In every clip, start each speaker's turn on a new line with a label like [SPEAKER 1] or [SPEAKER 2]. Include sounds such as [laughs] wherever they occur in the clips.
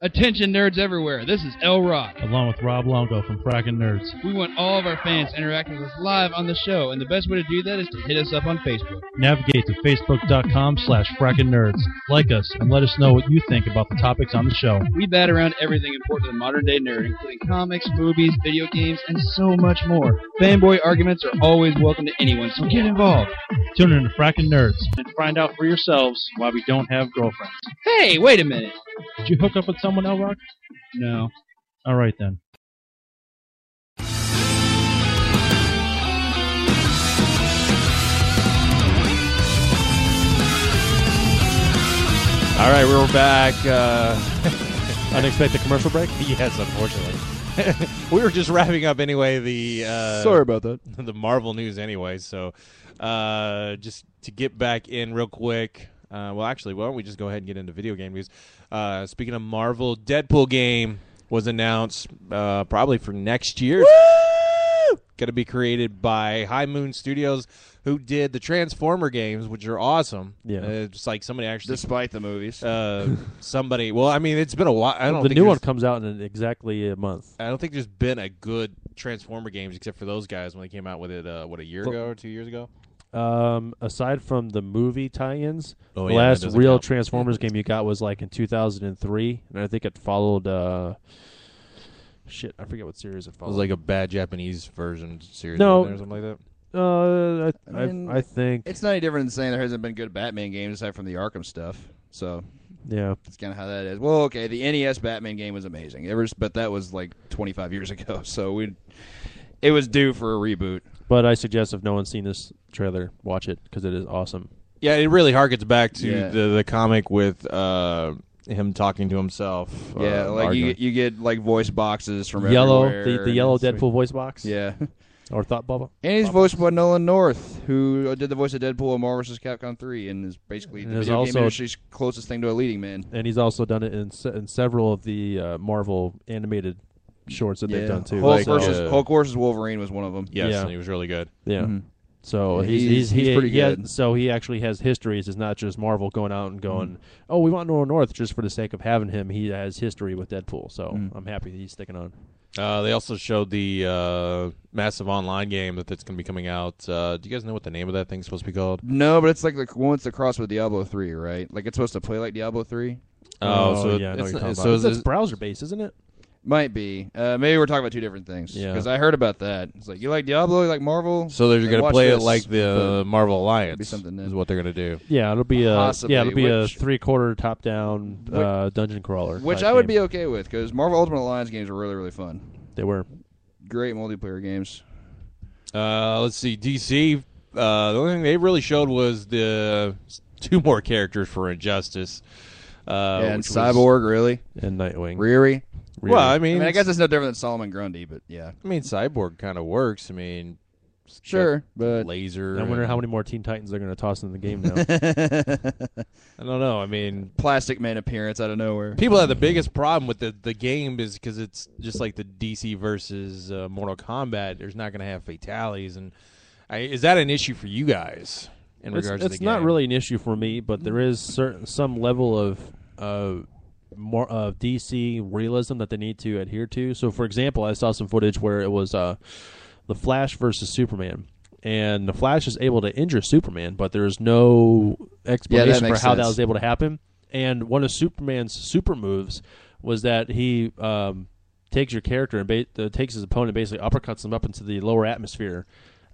[SPEAKER 1] Attention nerds everywhere, this is L Rock.
[SPEAKER 2] along with Rob Longo from Frackin' Nerds.
[SPEAKER 1] We want all of our fans interacting with us live on the show, and the best way to do that is to hit us up on Facebook.
[SPEAKER 2] Navigate to facebook.com slash frackin' nerds. Like us and let us know what you think about the topics on the show.
[SPEAKER 1] We bat around everything important to the modern day nerd, including comics, movies, video games, and so much more. Fanboy arguments are always welcome to anyone, so get involved.
[SPEAKER 2] Tune in to Frackin' Nerds and find out for yourselves why we don't have girlfriends.
[SPEAKER 1] Hey, wait a minute.
[SPEAKER 2] Did you hook up with someone, El Rock?
[SPEAKER 1] No.
[SPEAKER 2] All right then.
[SPEAKER 3] All right, we're back. Uh, [laughs] unexpected commercial break? [laughs] Yes, unfortunately. [laughs] we were just wrapping up anyway the uh, [laughs]
[SPEAKER 4] Sorry about that.
[SPEAKER 3] the Marvel news anyway. So uh, just to get back in real quick. Uh, well, actually, why don't we just go ahead and get into video game news? Uh, speaking of Marvel, Deadpool game was announced uh, probably for next year. Going to be created by High Moon Studios, who did the Transformer games, which are awesome.
[SPEAKER 4] Yeah.
[SPEAKER 3] Uh, it's like somebody actually
[SPEAKER 5] despite the movies.
[SPEAKER 3] uh, somebody. Well, I mean, it's been a while. I don't.
[SPEAKER 4] The
[SPEAKER 3] think
[SPEAKER 4] new
[SPEAKER 3] there's-
[SPEAKER 4] one comes out in exactly a month.
[SPEAKER 3] I don't think there's been a good Transformer games except for those guys when they came out with it. Uh, what a year
[SPEAKER 4] Well-
[SPEAKER 3] ago or two years ago.
[SPEAKER 4] Um, aside from the movie tie-ins,
[SPEAKER 3] Oh,
[SPEAKER 4] the
[SPEAKER 3] yeah, that
[SPEAKER 4] last
[SPEAKER 3] doesn't
[SPEAKER 4] real
[SPEAKER 3] count.
[SPEAKER 4] Transformers game you got was like in 2003, and I think it followed. Uh, shit, I forget what series it
[SPEAKER 3] It
[SPEAKER 4] followed.
[SPEAKER 3] was like a bad Japanese version series.
[SPEAKER 4] No.
[SPEAKER 3] wasn't there, or something like
[SPEAKER 4] uh, I,
[SPEAKER 5] I mean,
[SPEAKER 4] I, I think,
[SPEAKER 5] It's not any different than saying there hasn't been good Batman games aside from the Arkham stuff. So
[SPEAKER 4] yeah,
[SPEAKER 5] that's kind of how that is. Well, okay, the NES Batman game was amazing. It was, but that was like 25 years [laughs] ago. So we, it was due for a reboot.
[SPEAKER 4] but I suggest if no one's seen this trailer, watch it because it is awesome.
[SPEAKER 3] that. Yeah, it really harkens back to
[SPEAKER 5] Yeah.
[SPEAKER 3] the the comic with uh, him talking to himself.
[SPEAKER 5] yeah,
[SPEAKER 3] uh,
[SPEAKER 5] like you,
[SPEAKER 3] arguing.
[SPEAKER 5] you get like voice boxes from
[SPEAKER 4] yellow,
[SPEAKER 5] everywhere
[SPEAKER 4] the, the
[SPEAKER 5] and
[SPEAKER 4] yellow
[SPEAKER 5] it's-
[SPEAKER 4] Deadpool voice box, [laughs]
[SPEAKER 5] Yeah,
[SPEAKER 4] or thought bubble.
[SPEAKER 5] and he's voiced by Nolan North, who did the voice of Deadpool in Marvel vs. Capcom 3, and is basically
[SPEAKER 4] And
[SPEAKER 5] the
[SPEAKER 4] is
[SPEAKER 5] video game
[SPEAKER 4] also-
[SPEAKER 5] industry's closest thing to a leading man.
[SPEAKER 4] And he's also done it in, se- in several of the uh, Marvel animated shorts that
[SPEAKER 5] yeah.
[SPEAKER 4] they've done too.
[SPEAKER 5] Hulk,
[SPEAKER 3] Like,
[SPEAKER 4] So-
[SPEAKER 5] versus,
[SPEAKER 3] uh,
[SPEAKER 5] Hulk versus Wolverine was one of them.
[SPEAKER 3] yes,
[SPEAKER 4] yeah.
[SPEAKER 3] and he was really good.
[SPEAKER 4] yeah.
[SPEAKER 5] Mhm.
[SPEAKER 4] So
[SPEAKER 5] Yeah,
[SPEAKER 4] he's, he's,
[SPEAKER 5] he's- he's
[SPEAKER 4] Mm-hmm. he-
[SPEAKER 5] pretty
[SPEAKER 4] he has-
[SPEAKER 5] good.
[SPEAKER 4] so he actually has histories. It's not just Marvel going out and going, oh, we want Nolan North just for the sake of having him. He has history with Deadpool, so I'm happy that he's sticking on.
[SPEAKER 3] Uh, they also showed the uh, massive online game that that's going to be coming out. Uh, do you guys know what the name of that thing's supposed to be called?
[SPEAKER 5] No, but it's like the one that's across with Diablo three, right? Like it's supposed to play like Diablo three.
[SPEAKER 3] Oh, so
[SPEAKER 4] yeah, I know
[SPEAKER 3] it's
[SPEAKER 4] what you're talking
[SPEAKER 3] so
[SPEAKER 4] about.
[SPEAKER 3] is
[SPEAKER 4] That's
[SPEAKER 3] it-
[SPEAKER 4] browser based, isn't it?
[SPEAKER 5] Might be. Uh, maybe we're talking about two different things.
[SPEAKER 4] Yeah.
[SPEAKER 5] Because I heard about that. It's like you like Diablo, you like Marvel.
[SPEAKER 3] So they're
[SPEAKER 5] Like,
[SPEAKER 3] going to
[SPEAKER 5] watch
[SPEAKER 3] play it
[SPEAKER 5] this.
[SPEAKER 3] like the uh, Marvel Alliance.
[SPEAKER 5] something new.
[SPEAKER 3] is what they're going to do.
[SPEAKER 4] Yeah, it'll be a
[SPEAKER 5] Possibly,
[SPEAKER 4] yeah, it'll be
[SPEAKER 5] which-
[SPEAKER 4] a three quarter top down
[SPEAKER 5] Which-
[SPEAKER 4] uh, dungeon crawler.
[SPEAKER 5] which
[SPEAKER 4] type
[SPEAKER 5] I would
[SPEAKER 4] game.
[SPEAKER 5] be okay with because Marvel Ultimate Alliance games are really really fun.
[SPEAKER 4] They were
[SPEAKER 5] Great multiplayer games.
[SPEAKER 3] Uh, let's see, DC. Uh, the only thing they really showed was the two more characters for Injustice. Uh,
[SPEAKER 5] and
[SPEAKER 3] which was-
[SPEAKER 5] Cyborg, really,
[SPEAKER 4] and Nightwing.
[SPEAKER 5] Riri.
[SPEAKER 3] Well, I
[SPEAKER 5] I
[SPEAKER 3] mean,
[SPEAKER 5] mean, I guess it's no different than Solomon Grundy, but yeah,
[SPEAKER 3] I mean, Cyborg kind of works. I mean, it's got
[SPEAKER 5] sure. But
[SPEAKER 3] laser.
[SPEAKER 4] I wonder
[SPEAKER 3] and-
[SPEAKER 4] how many more Teen Titans they're going to toss in the [laughs] game now.
[SPEAKER 3] I don't know. I mean,
[SPEAKER 5] Plastic Man appearance out of nowhere.
[SPEAKER 3] people have the biggest problem with the the game is because it's just like the DC versus uh, Mortal Kombat. There's not going to have fatalities, and I, is that an issue for you guys in
[SPEAKER 4] it's,
[SPEAKER 3] regards to the
[SPEAKER 4] it's not
[SPEAKER 3] game?
[SPEAKER 4] really an issue for me, but there is certain some level of uh, more of DC realism that they need to adhere to. So, for example, I saw some footage where it was uh, the Flash versus Superman. And the Flash is able to injure Superman, but there is no explanation for
[SPEAKER 5] makes
[SPEAKER 4] how that
[SPEAKER 5] sense.
[SPEAKER 4] was able to happen. And one of Superman's super moves was that he um, takes your character and ba- uh, takes his opponent, basically uppercuts him up into the lower atmosphere,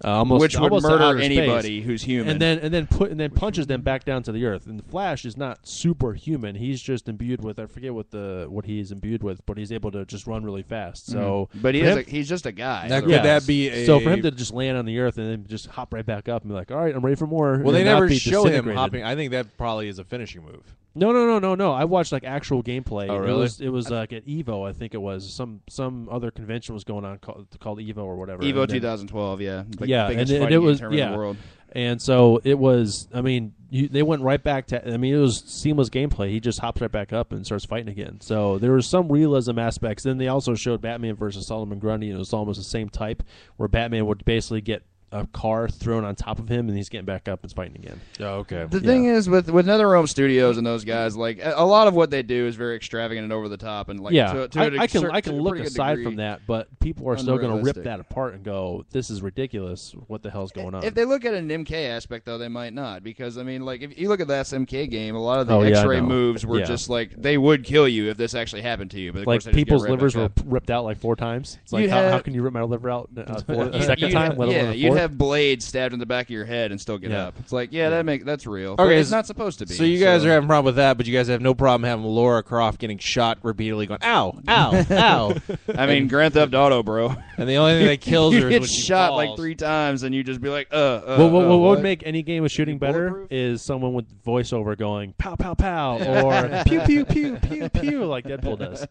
[SPEAKER 4] uh, almost
[SPEAKER 5] Which would
[SPEAKER 4] almost to
[SPEAKER 5] murder
[SPEAKER 4] outer space
[SPEAKER 5] anybody who's human.
[SPEAKER 4] and then and then put and then punches them back down to the earth. And the Flash is not superhuman; he's just imbued with I forget what the what he's imbued with, but he's able to just run really fast. So,
[SPEAKER 5] but he
[SPEAKER 4] for
[SPEAKER 5] is a,
[SPEAKER 4] him-
[SPEAKER 5] he's just a guy.
[SPEAKER 3] Now,
[SPEAKER 5] so-
[SPEAKER 3] could that be a-
[SPEAKER 4] so for him to just land on the earth and then just hop right back up and be like, "All right, I'm ready for more."
[SPEAKER 3] Well, they
[SPEAKER 4] and not
[SPEAKER 3] never
[SPEAKER 4] be
[SPEAKER 3] show him
[SPEAKER 4] disintegrated.
[SPEAKER 3] hopping. I think that probably is a finishing move.
[SPEAKER 4] No, no, no, no, no. I watched like actual gameplay.
[SPEAKER 3] Oh,
[SPEAKER 4] It
[SPEAKER 3] really?
[SPEAKER 4] was, it was uh, like at Evo, I think it was some some other convention was going on called, called Evo or whatever.
[SPEAKER 5] Evo
[SPEAKER 4] And then-
[SPEAKER 5] 2012, yeah, Like,
[SPEAKER 4] yeah,
[SPEAKER 5] biggest
[SPEAKER 4] and, and
[SPEAKER 5] fighting
[SPEAKER 4] it
[SPEAKER 5] game
[SPEAKER 4] was
[SPEAKER 5] tournament
[SPEAKER 4] yeah,
[SPEAKER 5] in the world.
[SPEAKER 4] and so it was. I mean, you, they went right back to. I mean, it was seamless gameplay. He just hops right back up and starts fighting again. So there was some realism aspects. Then they also showed Batman versus Solomon Grundy, and it was almost the same type where Batman would basically get a car thrown on top of him, and he's getting back up and fighting again.
[SPEAKER 3] Oh, okay.
[SPEAKER 5] The thing is with with NetherRealm Studios and those guys, like a a lot of what they do is very extravagant and over the top, and like
[SPEAKER 4] yeah,
[SPEAKER 5] to, to
[SPEAKER 4] I,
[SPEAKER 5] a
[SPEAKER 4] I can
[SPEAKER 5] cer-
[SPEAKER 4] I
[SPEAKER 5] to
[SPEAKER 4] can
[SPEAKER 5] a
[SPEAKER 4] look
[SPEAKER 5] pretty good
[SPEAKER 4] aside
[SPEAKER 5] degree.
[SPEAKER 4] from that, but people are still going to rip
[SPEAKER 5] Unrealistic.
[SPEAKER 4] that apart and go, "This is ridiculous. What the hell's going on?"
[SPEAKER 5] If they look at an MK aspect, though, they might not because I mean, like if you look at the SMK game, a lot of the
[SPEAKER 4] Oh, yeah, I
[SPEAKER 5] X-ray
[SPEAKER 4] know.
[SPEAKER 5] moves were
[SPEAKER 4] Yeah.
[SPEAKER 5] just like they would kill you if this actually happened to you. But of
[SPEAKER 4] like
[SPEAKER 5] course, they just get
[SPEAKER 4] people's
[SPEAKER 5] right back
[SPEAKER 4] livers were
[SPEAKER 5] up.
[SPEAKER 4] p- ripped out like four times. It's like
[SPEAKER 5] You'd
[SPEAKER 4] how, how
[SPEAKER 5] have-
[SPEAKER 4] can you rip my liver out
[SPEAKER 5] [laughs]
[SPEAKER 4] uh, for [laughs] a
[SPEAKER 5] You'd-
[SPEAKER 4] second
[SPEAKER 5] you'd
[SPEAKER 4] time?
[SPEAKER 5] have-
[SPEAKER 4] let alone
[SPEAKER 5] yeah,
[SPEAKER 4] a
[SPEAKER 5] you'd
[SPEAKER 4] fourth?
[SPEAKER 5] have blades stabbed in the back of your head and still get
[SPEAKER 4] Yeah.
[SPEAKER 5] up. It's like, yeah, that make that's real. but
[SPEAKER 3] Okay,
[SPEAKER 5] it's
[SPEAKER 3] so-
[SPEAKER 5] not supposed to be.
[SPEAKER 3] So you guys are having a problem with that, but you guys have no problem having Laura Croft getting shot repeatedly, going "ow, ow, [laughs] ow,"
[SPEAKER 5] [laughs] I mean, Grand Theft Auto, bro.
[SPEAKER 3] and the only thing [laughs] that kills
[SPEAKER 5] you
[SPEAKER 3] her is
[SPEAKER 5] get
[SPEAKER 3] when she
[SPEAKER 5] shot like
[SPEAKER 3] falls.
[SPEAKER 5] three times, and you just be like, uh, uh
[SPEAKER 4] Well, what,
[SPEAKER 5] uh,
[SPEAKER 4] what, would
[SPEAKER 5] what?
[SPEAKER 4] make any game of shooting better
[SPEAKER 5] bulletproof?
[SPEAKER 4] is someone with voiceover going pow
[SPEAKER 5] [laughs]
[SPEAKER 4] pow pow or pew pew pew pew pew like Deadpool does.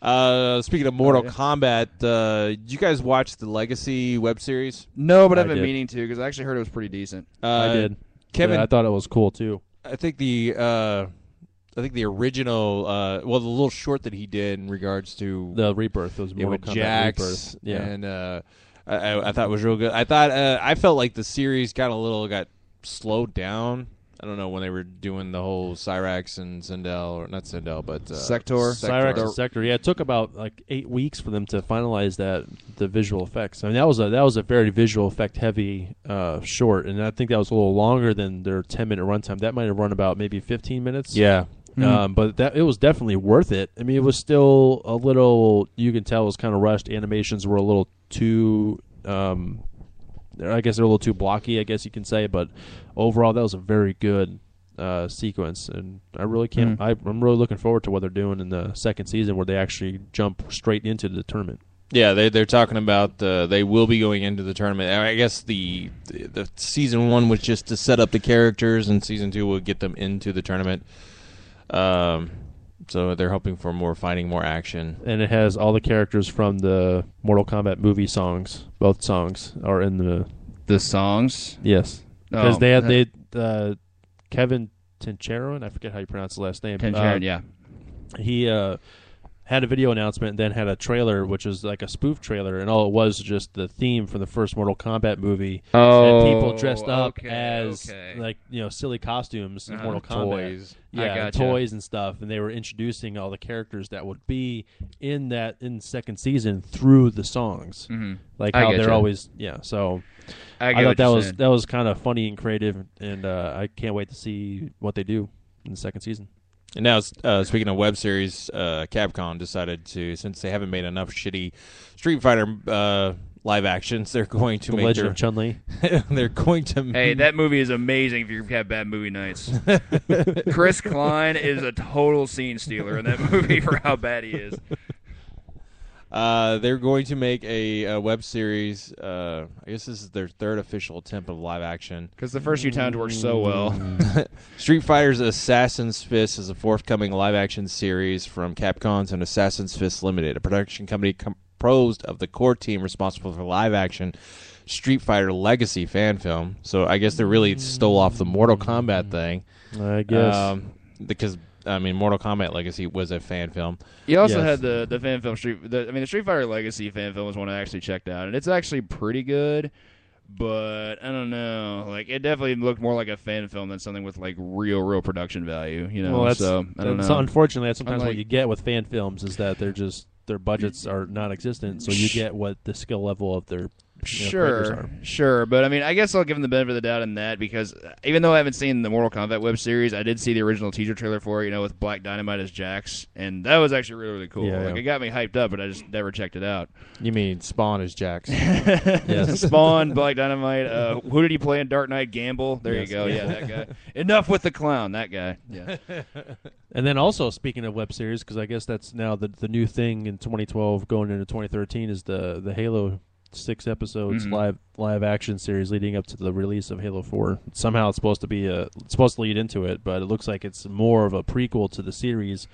[SPEAKER 3] Uh, speaking of Mortal Kombat, uh, did you guys watch the Legacy web series?
[SPEAKER 5] No, but I've
[SPEAKER 4] I
[SPEAKER 5] been
[SPEAKER 4] did.
[SPEAKER 5] meaning to because I actually heard it was pretty decent.
[SPEAKER 3] Uh,
[SPEAKER 4] I did.
[SPEAKER 3] Kevin,
[SPEAKER 4] Yeah, I thought it was cool too.
[SPEAKER 3] I think the uh, I think the original, uh, well, the little short that he did in regards to
[SPEAKER 4] The rebirth was
[SPEAKER 3] yeah,
[SPEAKER 4] Mortal
[SPEAKER 3] with
[SPEAKER 4] Kombat
[SPEAKER 3] Jax,
[SPEAKER 4] rebirth. Yeah,
[SPEAKER 3] and uh, I, I- I thought it was real good. I thought uh, I felt like the series got a little got slowed down. I don't know when they were doing the whole Cyrax and Sindel, or not Sindel, but uh,
[SPEAKER 5] Sector.
[SPEAKER 4] Cyrax and Sector. Yeah, it took about like eight weeks for them to finalize that the visual effects. I mean, that was a that was a very visual effect heavy uh, short, and I think that was a little longer than their ten minute runtime. That might have run about maybe fifteen minutes.
[SPEAKER 3] Yeah,
[SPEAKER 4] Um, but that it was definitely worth it. I mean, it was still a little. You can tell it was kind of rushed. Animations were a little too. Um, they're- I guess they're a little too blocky. I guess you can say. But overall, that was a very good uh, sequence, and I really can't.
[SPEAKER 5] Hmm.
[SPEAKER 4] I, I'm really looking forward to what they're doing in the second season, where they actually jump straight into the tournament.
[SPEAKER 3] Yeah, they they're talking about uh, they will be going into the tournament. I guess the the season one was just to set up the characters, and season two will get them into the tournament. Um, so they're hoping for more fighting, more action.
[SPEAKER 4] And it has all the characters from the Mortal Kombat movie songs. Both songs are in the
[SPEAKER 5] The songs.
[SPEAKER 4] Yes, because
[SPEAKER 5] Oh,
[SPEAKER 4] they had
[SPEAKER 5] that-
[SPEAKER 4] they uh, Kevin Tincheron, I forget how you pronounce the last name. uh,
[SPEAKER 5] yeah.
[SPEAKER 4] He uh, had a video announcement, and then had a trailer, which was like a spoof trailer, and all it was was just the theme from the first Mortal Kombat movie. and people dressed up
[SPEAKER 5] Oh, okay,
[SPEAKER 4] as
[SPEAKER 5] okay.
[SPEAKER 4] like you know silly costumes in
[SPEAKER 5] Uh-huh.
[SPEAKER 4] Mortal Kombat,
[SPEAKER 3] Toys.
[SPEAKER 5] I
[SPEAKER 4] yeah,
[SPEAKER 5] gotcha.
[SPEAKER 4] toys and stuff, and they were introducing all the characters that would be in that in the second season through the songs,
[SPEAKER 5] Mhm.
[SPEAKER 4] like
[SPEAKER 5] I
[SPEAKER 4] how
[SPEAKER 5] getcha.
[SPEAKER 4] they're always yeah. So
[SPEAKER 5] I,
[SPEAKER 4] I,
[SPEAKER 5] get
[SPEAKER 4] thought
[SPEAKER 5] what
[SPEAKER 4] that
[SPEAKER 5] you're
[SPEAKER 4] was
[SPEAKER 5] saying.
[SPEAKER 4] that was kind of funny and creative, and uh, I can't wait to see what they do in the second season.
[SPEAKER 3] And now, uh, speaking of web series, uh, Capcom decided to since they haven't made enough shitty Street Fighter uh, live actions, they're going to
[SPEAKER 4] The
[SPEAKER 3] make
[SPEAKER 4] Legend
[SPEAKER 3] their
[SPEAKER 4] of Chun Li.
[SPEAKER 3] [laughs] they're going to
[SPEAKER 5] Hey, that movie is amazing if you have bad movie
[SPEAKER 4] [laughs]
[SPEAKER 5] nights. Chris Klein is a total scene stealer in that movie for how bad he [laughs] is.
[SPEAKER 3] Uh, they're going to make a, uh web series. Uh, I guess this is their third official attempt of live action.
[SPEAKER 5] Because the first few times worked so well.
[SPEAKER 3] Street Fighter's Assassin's Fist is a forthcoming live action series from Capcom's and Assassin's Fist Limited, a production company composed of the core team responsible for live action Street Fighter Legacy fan film. So I guess they really stole off the Mortal Kombat thing.
[SPEAKER 4] I guess.
[SPEAKER 3] Um, because, I mean, Mortal Kombat Legacy was a fan film.
[SPEAKER 5] You also
[SPEAKER 4] Yes.
[SPEAKER 5] had the the fan film Street. The, I mean, the Street Fighter Legacy fan film was one I actually checked out, and it's actually pretty good. But I don't know, like it definitely looked more like a fan film than something with like real, real production value. You know,
[SPEAKER 4] well, that's
[SPEAKER 5] so I don't
[SPEAKER 4] that's-
[SPEAKER 5] know.
[SPEAKER 4] unfortunately that's sometimes what
[SPEAKER 5] Unlike-
[SPEAKER 4] you get with fan films is that they're just their budgets are non-existent, so you get what the skill level of their you know, creators
[SPEAKER 5] Sure,
[SPEAKER 4] are.
[SPEAKER 5] sure, but I mean, I guess I'll give them the benefit of the doubt in that because uh, even though I haven't seen the Mortal Kombat web series, I did see the original teaser trailer for it, you know, with Black Dynamite as Jax, and that was actually really, really cool.
[SPEAKER 4] Yeah,
[SPEAKER 5] like
[SPEAKER 4] yeah.
[SPEAKER 5] it got me hyped up, but I just never checked it out.
[SPEAKER 3] You mean Spawn is Jax? [laughs]
[SPEAKER 4] Yes.
[SPEAKER 5] [laughs] Spawn, Black Dynamite. Uh, who did he play in Dark Knight? Gamble. There you go. Yeah, that guy. Enough with the clown. That guy. Yeah.
[SPEAKER 4] And then also speaking of web series, because I guess that's now the the new thing in 2012 going into 2013 is the the Halo six episodes
[SPEAKER 5] Mm-hmm.
[SPEAKER 4] live live action series leading up to the release of Halo Four. Somehow it's supposed to be a it's supposed to lead into it, but it looks like it's more of a prequel to the series,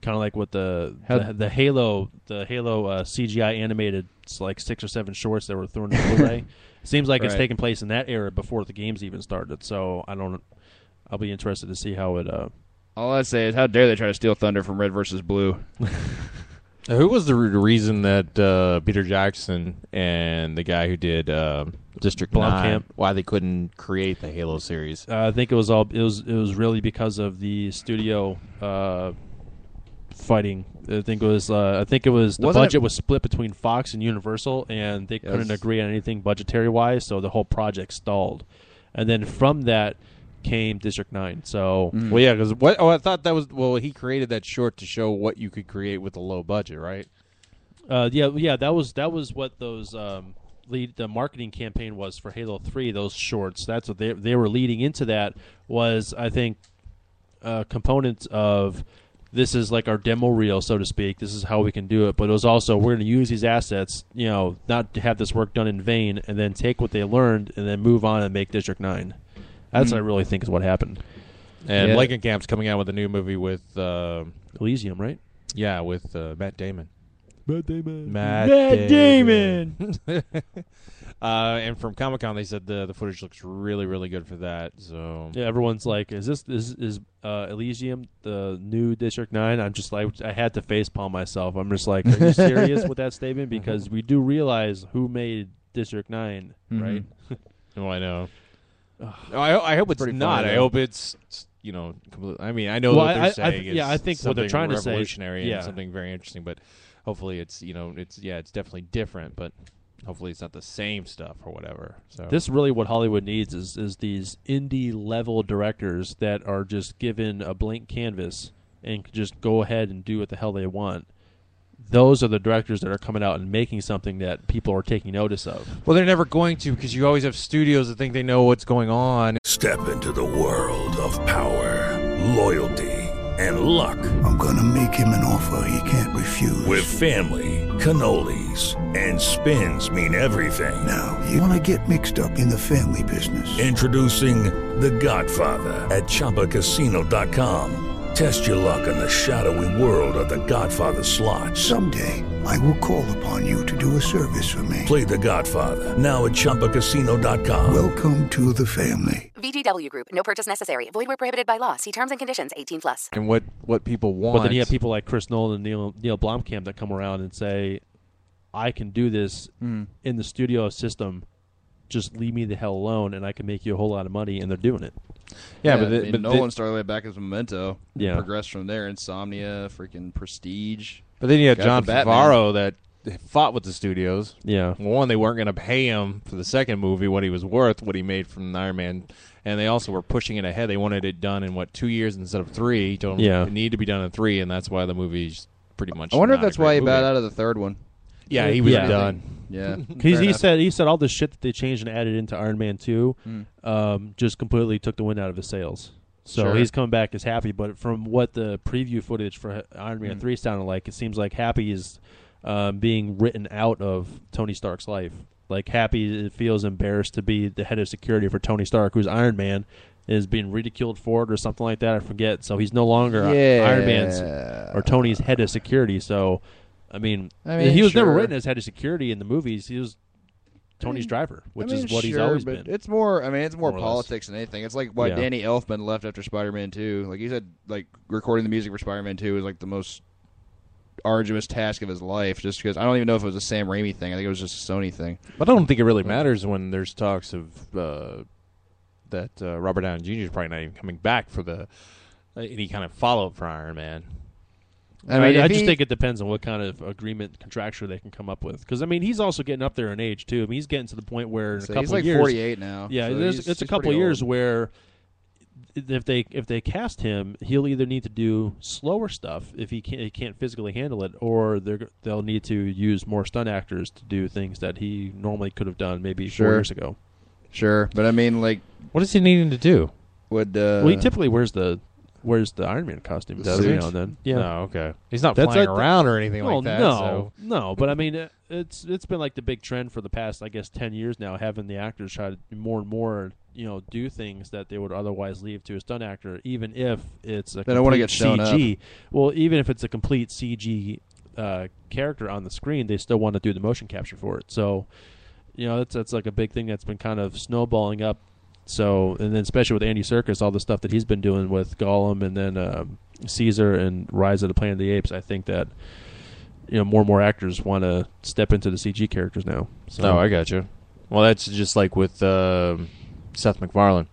[SPEAKER 4] kind of like what the,
[SPEAKER 5] How-
[SPEAKER 4] the the Halo the Halo uh, CGI animated it's like six or seven shorts that were thrown
[SPEAKER 5] [laughs]
[SPEAKER 4] in Blu-ray. Seems like it's
[SPEAKER 5] Right.
[SPEAKER 4] taking place in that era before the games even started. So I don't. I'll be interested to see how it. Uh,
[SPEAKER 5] [laughs] All I say is, how dare they try to steal thunder from Red versus Blue?
[SPEAKER 3] Now, who was the re- reason that uh, Peter Jackson and the guy who did um District Nine
[SPEAKER 4] Blomkamp.
[SPEAKER 3] why they couldn't create the Halo series?
[SPEAKER 4] Uh, I think it was all it was it was really because of the studio uh, fighting. I think it was uh, I think it was the
[SPEAKER 5] Wasn't it-
[SPEAKER 4] budget was split between Fox and Universal, and they couldn't
[SPEAKER 5] Yes.
[SPEAKER 4] agree on anything budgetary wise, so the whole project stalled. And then from that came District Nine.
[SPEAKER 5] Mm.
[SPEAKER 4] So
[SPEAKER 3] Well, yeah, because what? Oh, I thought that was well. He created that short to show what you could create with a low budget, right?
[SPEAKER 4] uh, yeah, yeah, that was that was what those. Um, Lead, the marketing campaign was for Halo Three. Those shorts. That's what they they were leading into. That was, I think, uh, components of this is like our demo reel, so to speak. This is how we can do it. But it was also we're going to use these assets, you know, not to have this work done in vain, and then take what they learned and then move on and make District Nine. That's what I really think is what happened.
[SPEAKER 3] And
[SPEAKER 5] Yeah.
[SPEAKER 3] Langenkamp's coming out with a new movie with, uh,
[SPEAKER 4] Elysium, right?
[SPEAKER 3] yeah, with uh, Matt Damon.
[SPEAKER 4] Matt Damon.
[SPEAKER 3] Matt,
[SPEAKER 4] Matt
[SPEAKER 3] [laughs] uh, and from Comic Con, they said the the footage looks really, really good for that. So
[SPEAKER 4] Yeah, everyone's like, "Is this is is uh, Elysium the new District 9? I'm just like, I had to facepalm myself. I'm just like, are you serious with that statement? Because we do realize who made District 9 right?
[SPEAKER 3] Oh, I know. I, I hope it's
[SPEAKER 5] Pretty
[SPEAKER 3] not.
[SPEAKER 5] funny,
[SPEAKER 3] I
[SPEAKER 5] though.
[SPEAKER 3] hope it's you know. complete- I mean, I know
[SPEAKER 4] Well,
[SPEAKER 3] what
[SPEAKER 4] I-
[SPEAKER 3] they're
[SPEAKER 4] I- I
[SPEAKER 3] saying.
[SPEAKER 4] th- yeah,
[SPEAKER 3] is
[SPEAKER 4] I think what
[SPEAKER 3] something
[SPEAKER 4] they're trying to say-
[SPEAKER 3] revolutionary
[SPEAKER 4] yeah.
[SPEAKER 3] and something very interesting. But hopefully, it's you know, it's yeah, it's definitely different. But hopefully, it's not the same stuff or whatever. So
[SPEAKER 4] This really what Hollywood needs is is these indie level directors that are just given a blank canvas and can just go ahead and do what the hell they want. Those are the directors that are coming out and making something that people are taking notice of.
[SPEAKER 3] well, they're never going to because you always have studios that think they know what's going on.
[SPEAKER 6] Step into the world of power, loyalty, and luck.
[SPEAKER 7] I'm gonna make him an offer he can't refuse.
[SPEAKER 6] With family, cannolis, and spins mean everything.
[SPEAKER 7] now, you wanna get mixed up in the family business.
[SPEAKER 6] Introducing The Godfather at ChumbaCasino.com. Test your luck in the shadowy world of The Godfather slot.
[SPEAKER 7] Someday, I will call upon you to do a service for me.
[SPEAKER 6] Play The Godfather now at ChumbaCasino.com.
[SPEAKER 7] Welcome to the family.
[SPEAKER 8] VGW Group. No purchase necessary. Void where prohibited by law. See terms and conditions. 18 plus.
[SPEAKER 3] And what what people want.
[SPEAKER 4] But then you have people like Chris Nolan and Neil Neil Blomkamp that come around and say, "I can do this in the studio system. Just leave me the hell alone, and I can make you a whole lot of money." And they're doing it.
[SPEAKER 3] yeah, but,
[SPEAKER 5] I
[SPEAKER 3] the-
[SPEAKER 5] mean,
[SPEAKER 3] but, the-
[SPEAKER 5] Nolan started way back as Memento.
[SPEAKER 4] Yeah.
[SPEAKER 5] progressed from there. Insomnia, freaking Prestige.
[SPEAKER 3] but then you have
[SPEAKER 5] Got
[SPEAKER 3] John
[SPEAKER 5] the Batman.
[SPEAKER 3] Favreau that fought with the studios.
[SPEAKER 4] Yeah,
[SPEAKER 3] One, they weren't going to pay him for the second movie what he was worth, what he made from Iron Man, and they also were pushing it ahead. They wanted it done in what two years instead of three. He told him
[SPEAKER 4] Yeah.
[SPEAKER 3] it needed to be done in three, and that's why the movie's pretty much.
[SPEAKER 5] I wonder if
[SPEAKER 3] not a
[SPEAKER 5] that's
[SPEAKER 3] great
[SPEAKER 5] why he bowed
[SPEAKER 3] movie.
[SPEAKER 5] out of the third one.
[SPEAKER 3] Yeah, he was
[SPEAKER 4] Yeah.
[SPEAKER 3] done.
[SPEAKER 5] Yeah, [laughs] fair
[SPEAKER 4] He- he
[SPEAKER 5] enough.
[SPEAKER 4] said he said all the shit that they changed and added into Iron Man Two,
[SPEAKER 5] Mm.
[SPEAKER 4] um, just completely took the wind out of his sails. So
[SPEAKER 5] Sure.
[SPEAKER 4] he's coming back as happy, but from what the preview footage for Iron
[SPEAKER 5] Mm.
[SPEAKER 4] Man Three sounded like, it seems like Happy is um, being written out of Tony Stark's life. Like Happy feels embarrassed to be the head of security for Tony Stark, who's Iron Man, is being ridiculed for it or something like that. I forget. So he's no longer uh, Iron Man's
[SPEAKER 5] Yeah.
[SPEAKER 4] or Tony's head of security. So, I mean,
[SPEAKER 5] I mean,
[SPEAKER 4] he was never
[SPEAKER 5] sure.
[SPEAKER 4] written as head of security in the movies. He was Tony's driver, which
[SPEAKER 5] I mean,
[SPEAKER 4] is what he's
[SPEAKER 5] sure,
[SPEAKER 4] always
[SPEAKER 5] but
[SPEAKER 4] been.
[SPEAKER 5] It's more. I mean, it's more,
[SPEAKER 4] More or less.
[SPEAKER 5] politics than anything. It's like why
[SPEAKER 4] Yeah.
[SPEAKER 5] Danny Elfman left after Spider-Man Two. Like he said, like recording the music for Spider-Man Two was like the most arduous task of his life. Just because I don't even know if it was a Sam Raimi thing. I think it was just a Sony thing.
[SPEAKER 3] But I don't think it really matters when there's talks of uh, that uh, Robert Downey Jr. is probably not even coming back for the uh, any kind of follow up for Iron Man.
[SPEAKER 5] I
[SPEAKER 4] I,
[SPEAKER 5] mean,
[SPEAKER 4] I
[SPEAKER 5] if
[SPEAKER 4] just
[SPEAKER 5] he-
[SPEAKER 4] think it depends on what kind of agreement contractual they can come up with. Because I mean, he's also getting up there in age too. I mean, he's getting to the point where in
[SPEAKER 5] so
[SPEAKER 4] a couple
[SPEAKER 5] he's like
[SPEAKER 4] years,
[SPEAKER 5] 48 now.
[SPEAKER 4] yeah,
[SPEAKER 5] so
[SPEAKER 4] there's,
[SPEAKER 5] he's-
[SPEAKER 4] it's a
[SPEAKER 5] he's
[SPEAKER 4] couple
[SPEAKER 5] pretty
[SPEAKER 4] years
[SPEAKER 5] old.
[SPEAKER 4] where if they if they cast him, he'll either need to do slower stuff if he can't, he can't physically handle it, or they're, they'll need to use more stunt actors to do things that he normally could have done maybe
[SPEAKER 5] Sure.
[SPEAKER 4] four years ago.
[SPEAKER 5] Sure, but I mean, like,
[SPEAKER 3] What is he needing to do?
[SPEAKER 5] would uh,
[SPEAKER 4] well, he typically wears the wears the Iron Man costume
[SPEAKER 3] The
[SPEAKER 4] does every
[SPEAKER 3] suit?
[SPEAKER 4] now and then. Yeah.
[SPEAKER 3] No, Oh, okay. He's not
[SPEAKER 4] That's
[SPEAKER 3] flying
[SPEAKER 4] like the-
[SPEAKER 3] around or anything
[SPEAKER 4] Well,
[SPEAKER 3] like that.
[SPEAKER 4] No,
[SPEAKER 3] so-
[SPEAKER 4] no. But I mean, it- it's it's been like the big trend for the past, I guess, ten years now, having the actors try to do more and more, you know, do things that they would otherwise leave to a stunt actor, even if it's a
[SPEAKER 5] They don't wanna
[SPEAKER 4] complete
[SPEAKER 5] get shown
[SPEAKER 4] CG. Well, even if it's a complete CG uh, character on the screen, they still want to do the motion capture for it. So, you know, that's that's like a big thing that's been kind of snowballing up. So, and then especially with Andy Serkis, all the stuff that he's been doing with Gollum and then um, Caesar and Rise of the Planet of the Apes, I think that you know more and more actors want to step into the CG characters now. So
[SPEAKER 3] Oh, I got you. Well, that's just like with um Seth MacFarlane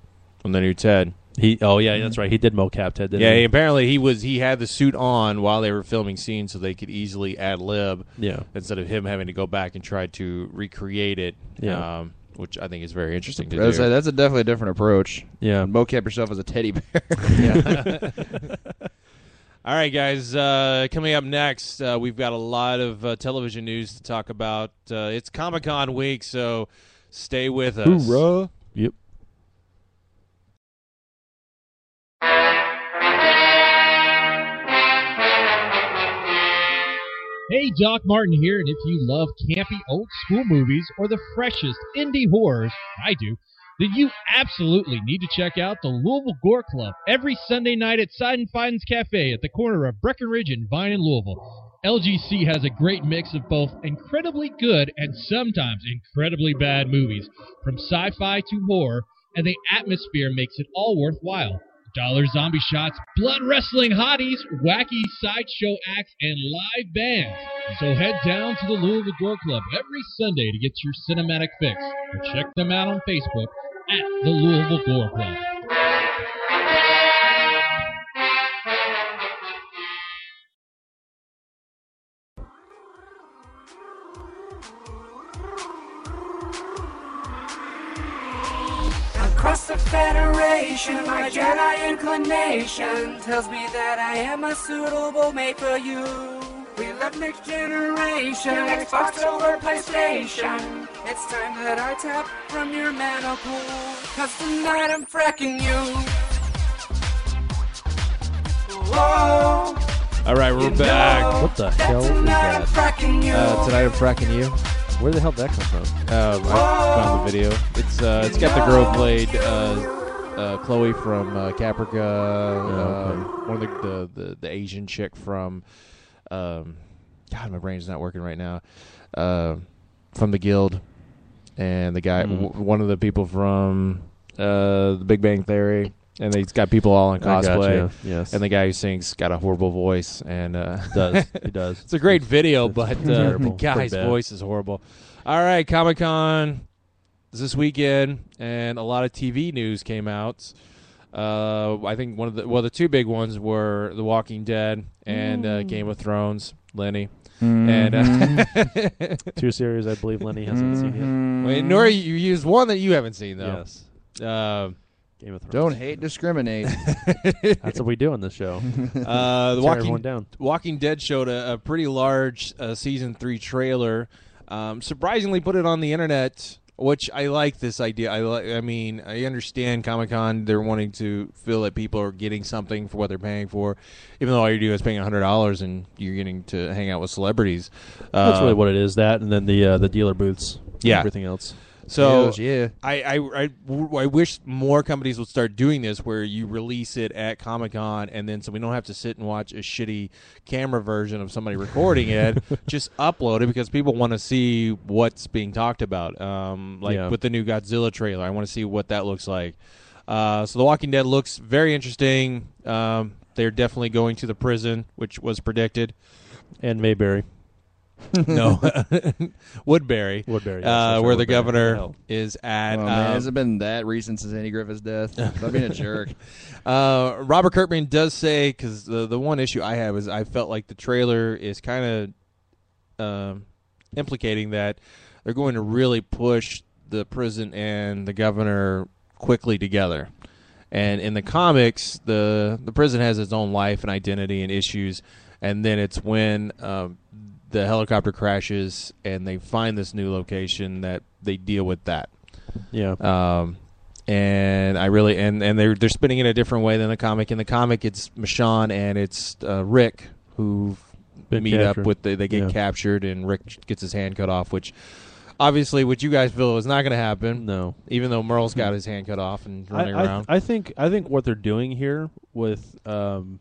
[SPEAKER 3] on the new Ted.
[SPEAKER 4] He oh yeah, that's right. He did mocap Ted. Didn't
[SPEAKER 3] yeah,
[SPEAKER 4] he?
[SPEAKER 3] apparently he was he had the suit on while they were filming scenes, so they could easily ad lib.
[SPEAKER 4] Yeah.
[SPEAKER 3] instead of him having to go back and try to recreate it.
[SPEAKER 4] Yeah.
[SPEAKER 3] um, which I think is very interesting to
[SPEAKER 5] That's
[SPEAKER 3] do.
[SPEAKER 5] a, that's a definitely a different approach.
[SPEAKER 4] Yeah.
[SPEAKER 5] mocap yourself as a teddy
[SPEAKER 4] [laughs]
[SPEAKER 5] bear.
[SPEAKER 3] All right, guys. Uh, coming up next, uh, we've got a lot of uh, television news to talk about. Uh, it's Comic Con week, so stay with us.
[SPEAKER 4] Yep.
[SPEAKER 9] Hey, Doc Martin here, and if you love campy old school movies or the freshest indie horrors, I do, then you absolutely need to check out the Louisville Gore Club every Sunday night at Seidenfeiden's Cafe at the corner of Breckenridge and Vine in Louisville. LGC has a great mix of both incredibly good and sometimes incredibly bad movies, from sci fi to horror, and the atmosphere makes it all worthwhile. Dollar zombie shots, blood wrestling hotties, wacky sideshow acts, and live bands. So head down to the Louisville Gore Club every Sunday to get your cinematic fix. Or check them out on Facebook at the Louisville Gore Club.
[SPEAKER 10] Across the Federation, my Jedi inclination tells me that I am a suitable mate for you. We love next generation, Xbox over PlayStation. It's time that I tap from your mana pool, cause tonight I'm fracking you. Whoa,
[SPEAKER 3] All right, we're back. Uh,
[SPEAKER 4] What the hell is
[SPEAKER 10] tonight I'm
[SPEAKER 4] that?
[SPEAKER 10] fracking you.
[SPEAKER 3] tonight I'm fracking you.
[SPEAKER 4] Where the hell did that come from?
[SPEAKER 3] Um, I found the video. It's uh, it's got the girl played uh, uh, Chloe from uh, Caprica,
[SPEAKER 4] Oh,
[SPEAKER 3] uh, one of the, the, the the Asian chick from. Um, God, my brain's not working right now. Uh, from the Guild, and the guy,
[SPEAKER 4] Mm.
[SPEAKER 3] w- one of the people from uh, the Big Bang Theory, and he's got people all in
[SPEAKER 4] I gotcha,
[SPEAKER 3] cosplay.
[SPEAKER 4] yes.
[SPEAKER 3] and the guy who sings got a horrible voice, and uh,
[SPEAKER 4] [laughs] Does. He does.
[SPEAKER 3] it's a great video,
[SPEAKER 4] It's
[SPEAKER 3] but uh, the
[SPEAKER 4] terrible.
[SPEAKER 3] guy's
[SPEAKER 4] Pretty bad.
[SPEAKER 3] voice is horrible. All right, Comic Con is this weekend, and a lot of TV news came out. Uh, I think one of the well, the two big ones were The Walking Dead and uh, Game of Thrones. Lenny
[SPEAKER 4] Mm-hmm.
[SPEAKER 3] and uh, [laughs]
[SPEAKER 4] Two series, I believe Lenny hasn't seen
[SPEAKER 3] wait, Nori, you used one that you haven't seen
[SPEAKER 4] yet.
[SPEAKER 3] though.
[SPEAKER 4] Mm-hmm. Yes.
[SPEAKER 3] Uh,
[SPEAKER 4] Game of Thrones.
[SPEAKER 5] Don't hate, discriminate.
[SPEAKER 4] That's what we do on this show.
[SPEAKER 3] Uh, [laughs] the
[SPEAKER 4] Tear
[SPEAKER 3] Walking
[SPEAKER 4] everyone down.
[SPEAKER 3] Walking Dead showed a, a pretty large uh, season three trailer. Um, surprisingly, put it on the internet, which I like this idea. I li- I mean, I understand Comic Con; they're wanting to feel that people are getting something for what they're paying for, even though all you're doing is paying hundred dollars and you're getting to hang out with celebrities. Uh,
[SPEAKER 4] That's really what it is. That and then the uh, the dealer booths.
[SPEAKER 3] Yeah.
[SPEAKER 4] Everything else.
[SPEAKER 3] So
[SPEAKER 5] Yes, yeah.
[SPEAKER 3] I, I, I, w- I wish more companies would start doing this, where you release it at Comic Con, and then so we don't have to sit and watch a shitty camera version of somebody recording it. just upload it because people want to see what's being talked about. Um, like
[SPEAKER 4] Yeah.
[SPEAKER 3] with the new Godzilla trailer, I want to see what that looks like. Uh, so The Walking Dead looks very interesting. Um, they're definitely going to the prison, which was predicted.
[SPEAKER 4] And Mayberry.
[SPEAKER 3] No, [laughs] Woodbury,
[SPEAKER 4] Woodbury, yes,
[SPEAKER 3] uh,
[SPEAKER 4] that's
[SPEAKER 3] where
[SPEAKER 4] right,
[SPEAKER 3] the
[SPEAKER 4] Woodbury.
[SPEAKER 3] governor
[SPEAKER 4] Hell.
[SPEAKER 3] is at.
[SPEAKER 5] oh, man,
[SPEAKER 3] um,
[SPEAKER 5] has it been that recent since Andy Griffith's death? Stop being a jerk.
[SPEAKER 3] Uh, Robert Kirkman does say because the the one issue I have is I felt like the trailer is kind of um, implicating that they're going to really push the prison and the governor quickly together. And in the comics, the the prison has its own life and identity and issues, and then it's when um, the helicopter crashes and they find this new location that they deal with that.
[SPEAKER 4] Yeah.
[SPEAKER 3] Um, and I really and and they're they're spinning it a different way than the comic. In the comic, it's Michonne and it's uh, Rick who
[SPEAKER 4] Been
[SPEAKER 3] meet
[SPEAKER 4] captured.
[SPEAKER 3] up with the, they get
[SPEAKER 4] Yeah.
[SPEAKER 3] captured and Rick gets his hand cut off, which. Obviously, what you guys feel is not going to happen.
[SPEAKER 4] No,
[SPEAKER 3] even though Merle's got his hand cut off and
[SPEAKER 4] I,
[SPEAKER 3] running
[SPEAKER 4] I-
[SPEAKER 3] around.
[SPEAKER 4] I think I think what they're doing here with um,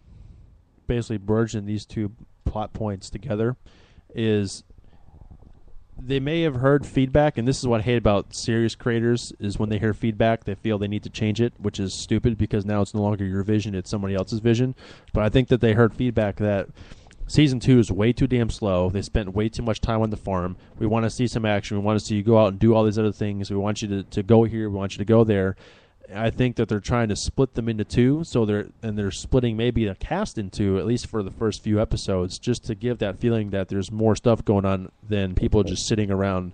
[SPEAKER 4] basically merging these two plot points together is they may have heard feedback, and this is what I hate about series creators is when they hear feedback, they feel they need to change it, which is stupid because now it's no longer your vision; it's somebody else's vision. But I think that they heard feedback that season two is way too damn slow. They spent way too much time on the farm. We want to see some action. We want to see you go out and do all these other things. We want you to, to go here. We want you to go there. I think that they're trying to split them into two, so they're and they're splitting maybe a cast into at least for the first few episodes, just to give that feeling that there's more stuff going on than people just sitting around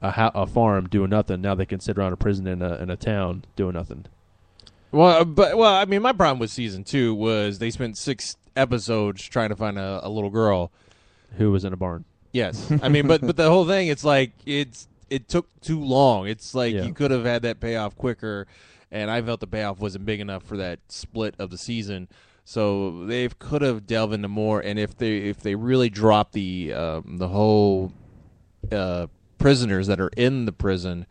[SPEAKER 4] a, ha- a farm doing nothing. Now they can sit around a prison in a in a town doing nothing.
[SPEAKER 3] Well, uh, but well, I mean, my problem with season two was they spent six episodes trying to find a, a little girl.
[SPEAKER 4] Who was in a barn?
[SPEAKER 3] Yes, I mean, but but the whole thing, it's like it's it took too long. It's like
[SPEAKER 4] Yeah.
[SPEAKER 3] you could have had that payoff quicker, and I felt the payoff wasn't big enough for that split of the season. So they could have delved into more, and if they if they really drop the um, the whole uh, prisoners that are in the prison,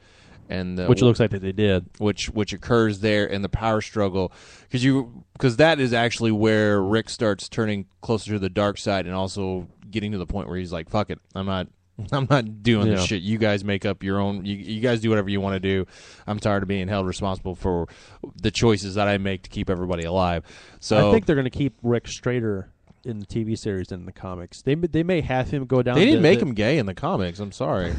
[SPEAKER 3] and the,
[SPEAKER 4] Which looks like that they did,
[SPEAKER 3] which which occurs there in the power struggle, because you because that is actually where Rick starts turning closer to the dark side, and also getting to the point where he's like, "Fuck it, I'm not." [laughs] I'm not doing this
[SPEAKER 4] Yeah.
[SPEAKER 3] shit. You guys make up your own. You, you guys do whatever you want to do. I'm tired of being held responsible for the choices that I make to keep everybody alive. So
[SPEAKER 4] I think they're going to keep Rick Strader in the TV series and in the comics. They may- they may have him go down.
[SPEAKER 3] They didn't
[SPEAKER 4] the-
[SPEAKER 3] make
[SPEAKER 4] the-
[SPEAKER 3] him gay in the comics. I'm sorry,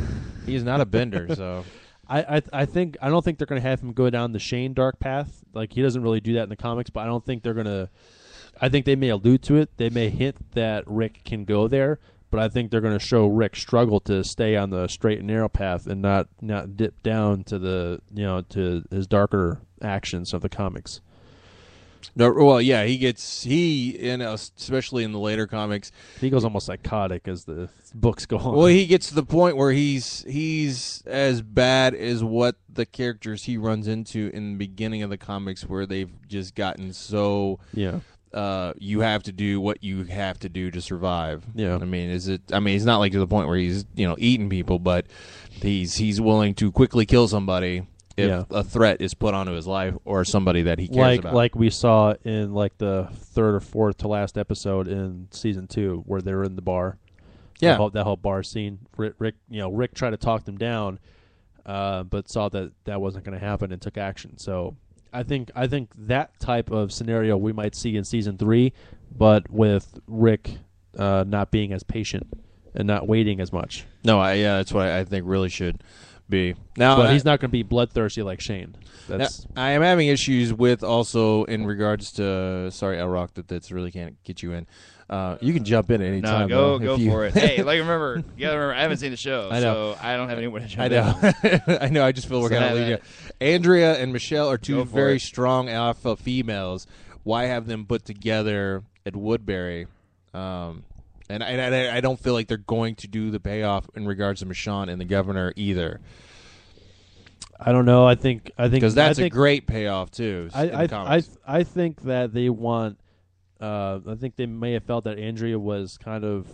[SPEAKER 3] he's not a bender.
[SPEAKER 4] [laughs]
[SPEAKER 3] So
[SPEAKER 4] I, I I think I don't think they're going to have him go down the Shane dark path. Like he doesn't really do that in the comics, but I don't think they're going to. I think they may allude to it. They may hint that Rick can go there, but I think they're going to show Rick struggle to stay on the straight and narrow path and not not dip down to the you know to his darker actions of the comics.
[SPEAKER 3] No, well, yeah, he gets he in a, especially in the later comics,
[SPEAKER 4] he goes almost psychotic as the books go on.
[SPEAKER 3] Well, he gets to the point where he's he's as bad as what the characters he runs into in the beginning of the comics, where they've just gotten so
[SPEAKER 4] Yeah.
[SPEAKER 3] Uh, you have to do what you have to do to survive.
[SPEAKER 4] Yeah.
[SPEAKER 3] I mean, is it? I mean, he's not like to the point where he's you know eating people, but he's he's willing to quickly kill somebody if
[SPEAKER 4] Yeah.
[SPEAKER 3] a threat is put onto his life or somebody that he cares
[SPEAKER 4] like
[SPEAKER 3] about.
[SPEAKER 4] like we saw in like the third or fourth to last episode in season two where they were in the bar.
[SPEAKER 3] Yeah.
[SPEAKER 4] that whole, that whole bar scene. Rick, Rick, you know, Rick tried to talk them down, uh, but saw that that wasn't going to happen and took action. So I think I think that type of scenario we might see in season three, but with Rick uh, not being as patient and not waiting as much.
[SPEAKER 3] no, I yeah, that's what I, I think really should be. Now
[SPEAKER 4] but
[SPEAKER 3] I-
[SPEAKER 4] he's not going to be bloodthirsty like Shane. That's
[SPEAKER 3] Now, I am having issues with also in regards to sorry, El Rock, that that's really can't get you in. Uh, you can jump in at any
[SPEAKER 5] No,
[SPEAKER 3] time. though,
[SPEAKER 5] go go
[SPEAKER 3] if you- [laughs]
[SPEAKER 4] [laughs]
[SPEAKER 5] for it. Hey, like remember, you gotta remember, I haven't seen the show,
[SPEAKER 3] I know.
[SPEAKER 5] so I don't have anyone to jump
[SPEAKER 3] I
[SPEAKER 4] [laughs]
[SPEAKER 3] know.
[SPEAKER 5] in.
[SPEAKER 3] [laughs] I know. I just feel we're
[SPEAKER 5] So
[SPEAKER 3] gonna
[SPEAKER 5] that-
[SPEAKER 3] leave you. Andrea and Michelle are two
[SPEAKER 5] Go for
[SPEAKER 3] very
[SPEAKER 5] it.
[SPEAKER 3] strong alpha females. Why have them put together at Woodbury? Um, and I, and I, I don't feel like they're going to do the payoff in regards to Michonne and the governor either,
[SPEAKER 4] I don't know. I think I think
[SPEAKER 3] because that's
[SPEAKER 4] I think,
[SPEAKER 3] a great payoff too.
[SPEAKER 4] I
[SPEAKER 3] in the
[SPEAKER 4] I, I
[SPEAKER 3] comics.
[SPEAKER 4] I think that they want. Uh, I think they may have felt that Andrea was kind of,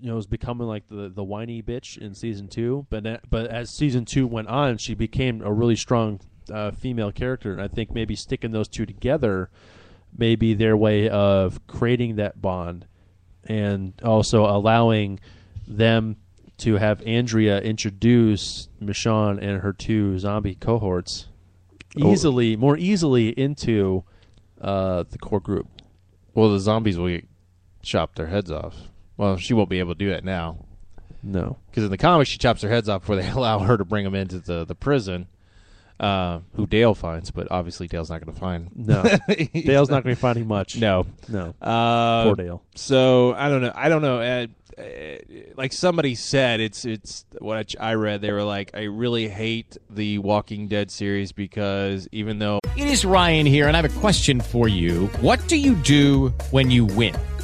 [SPEAKER 4] you know, was becoming like the, the whiny bitch in season two. But that, but as season two went on, she became a really strong uh, female character, and I think maybe sticking those two together may be their way of creating that bond, and also allowing them to have Andrea introduce Michonne and her two zombie cohorts Oh. easily, more easily into uh, the core group.
[SPEAKER 3] Well, the zombies will get chopped their heads off. Well, she won't be able to do that now.
[SPEAKER 4] No.
[SPEAKER 3] Because in the comics, she chops their heads off before they [laughs] allow her to bring them into the, the prison, uh, who Dale finds, but obviously Dale's not going to find.
[SPEAKER 4] [laughs] No, Dale's not going to be finding much.
[SPEAKER 3] No.
[SPEAKER 4] no.
[SPEAKER 3] Uh,
[SPEAKER 4] Poor Dale.
[SPEAKER 3] So I don't know. I don't know. Uh, uh, like somebody said, it's it's what I ch- I read. They were like, I really hate the Walking Dead series because even though
[SPEAKER 11] It is Ryan here, and I have a question for you. What do you do when you win?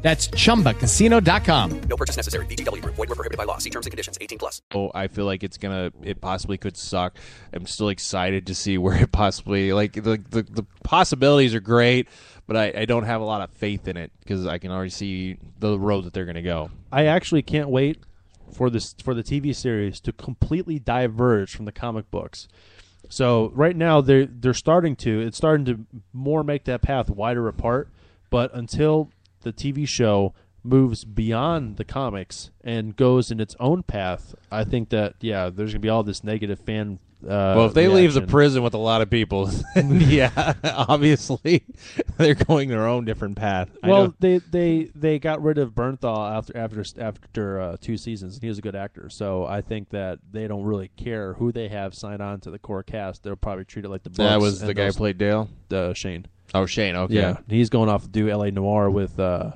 [SPEAKER 11] That's chumbacasino.com.
[SPEAKER 12] No purchase necessary. VGW Group. Void were prohibited by law. See terms and conditions. 18 plus.
[SPEAKER 3] Oh, I feel like it's gonna. It possibly could suck. I'm still excited to see [laughs] where it possibly like the the, the possibilities are great, but I, I don't have a lot of faith in it because I can already see the road that they're gonna go.
[SPEAKER 4] I actually can't wait for this for the TV series to completely diverge from the comic books. So right now they're they're starting to it's starting to more make that path wider apart. But until the TV show moves beyond the comics and goes in its own path, I think that yeah, there's gonna be all this negative fan. Uh,
[SPEAKER 3] well, if they leave the
[SPEAKER 4] reaction.
[SPEAKER 3] prison with a lot of people, [laughs]
[SPEAKER 4] [laughs]
[SPEAKER 3] then yeah, [laughs] obviously [laughs] they're going their own different path. I know-
[SPEAKER 4] Well, they, they they got rid of Bernthal after after after uh, two seasons, and he was a good actor. So I think that they don't really care who they have signed on to the core cast. They'll probably treat it like the books.
[SPEAKER 3] that was
[SPEAKER 4] and
[SPEAKER 3] the guy who
[SPEAKER 4] those-
[SPEAKER 3] played Dale,
[SPEAKER 4] uh, Shane.
[SPEAKER 3] Oh, Shane. Okay.
[SPEAKER 4] Yeah, he's going off to do L.A. Noir with uh,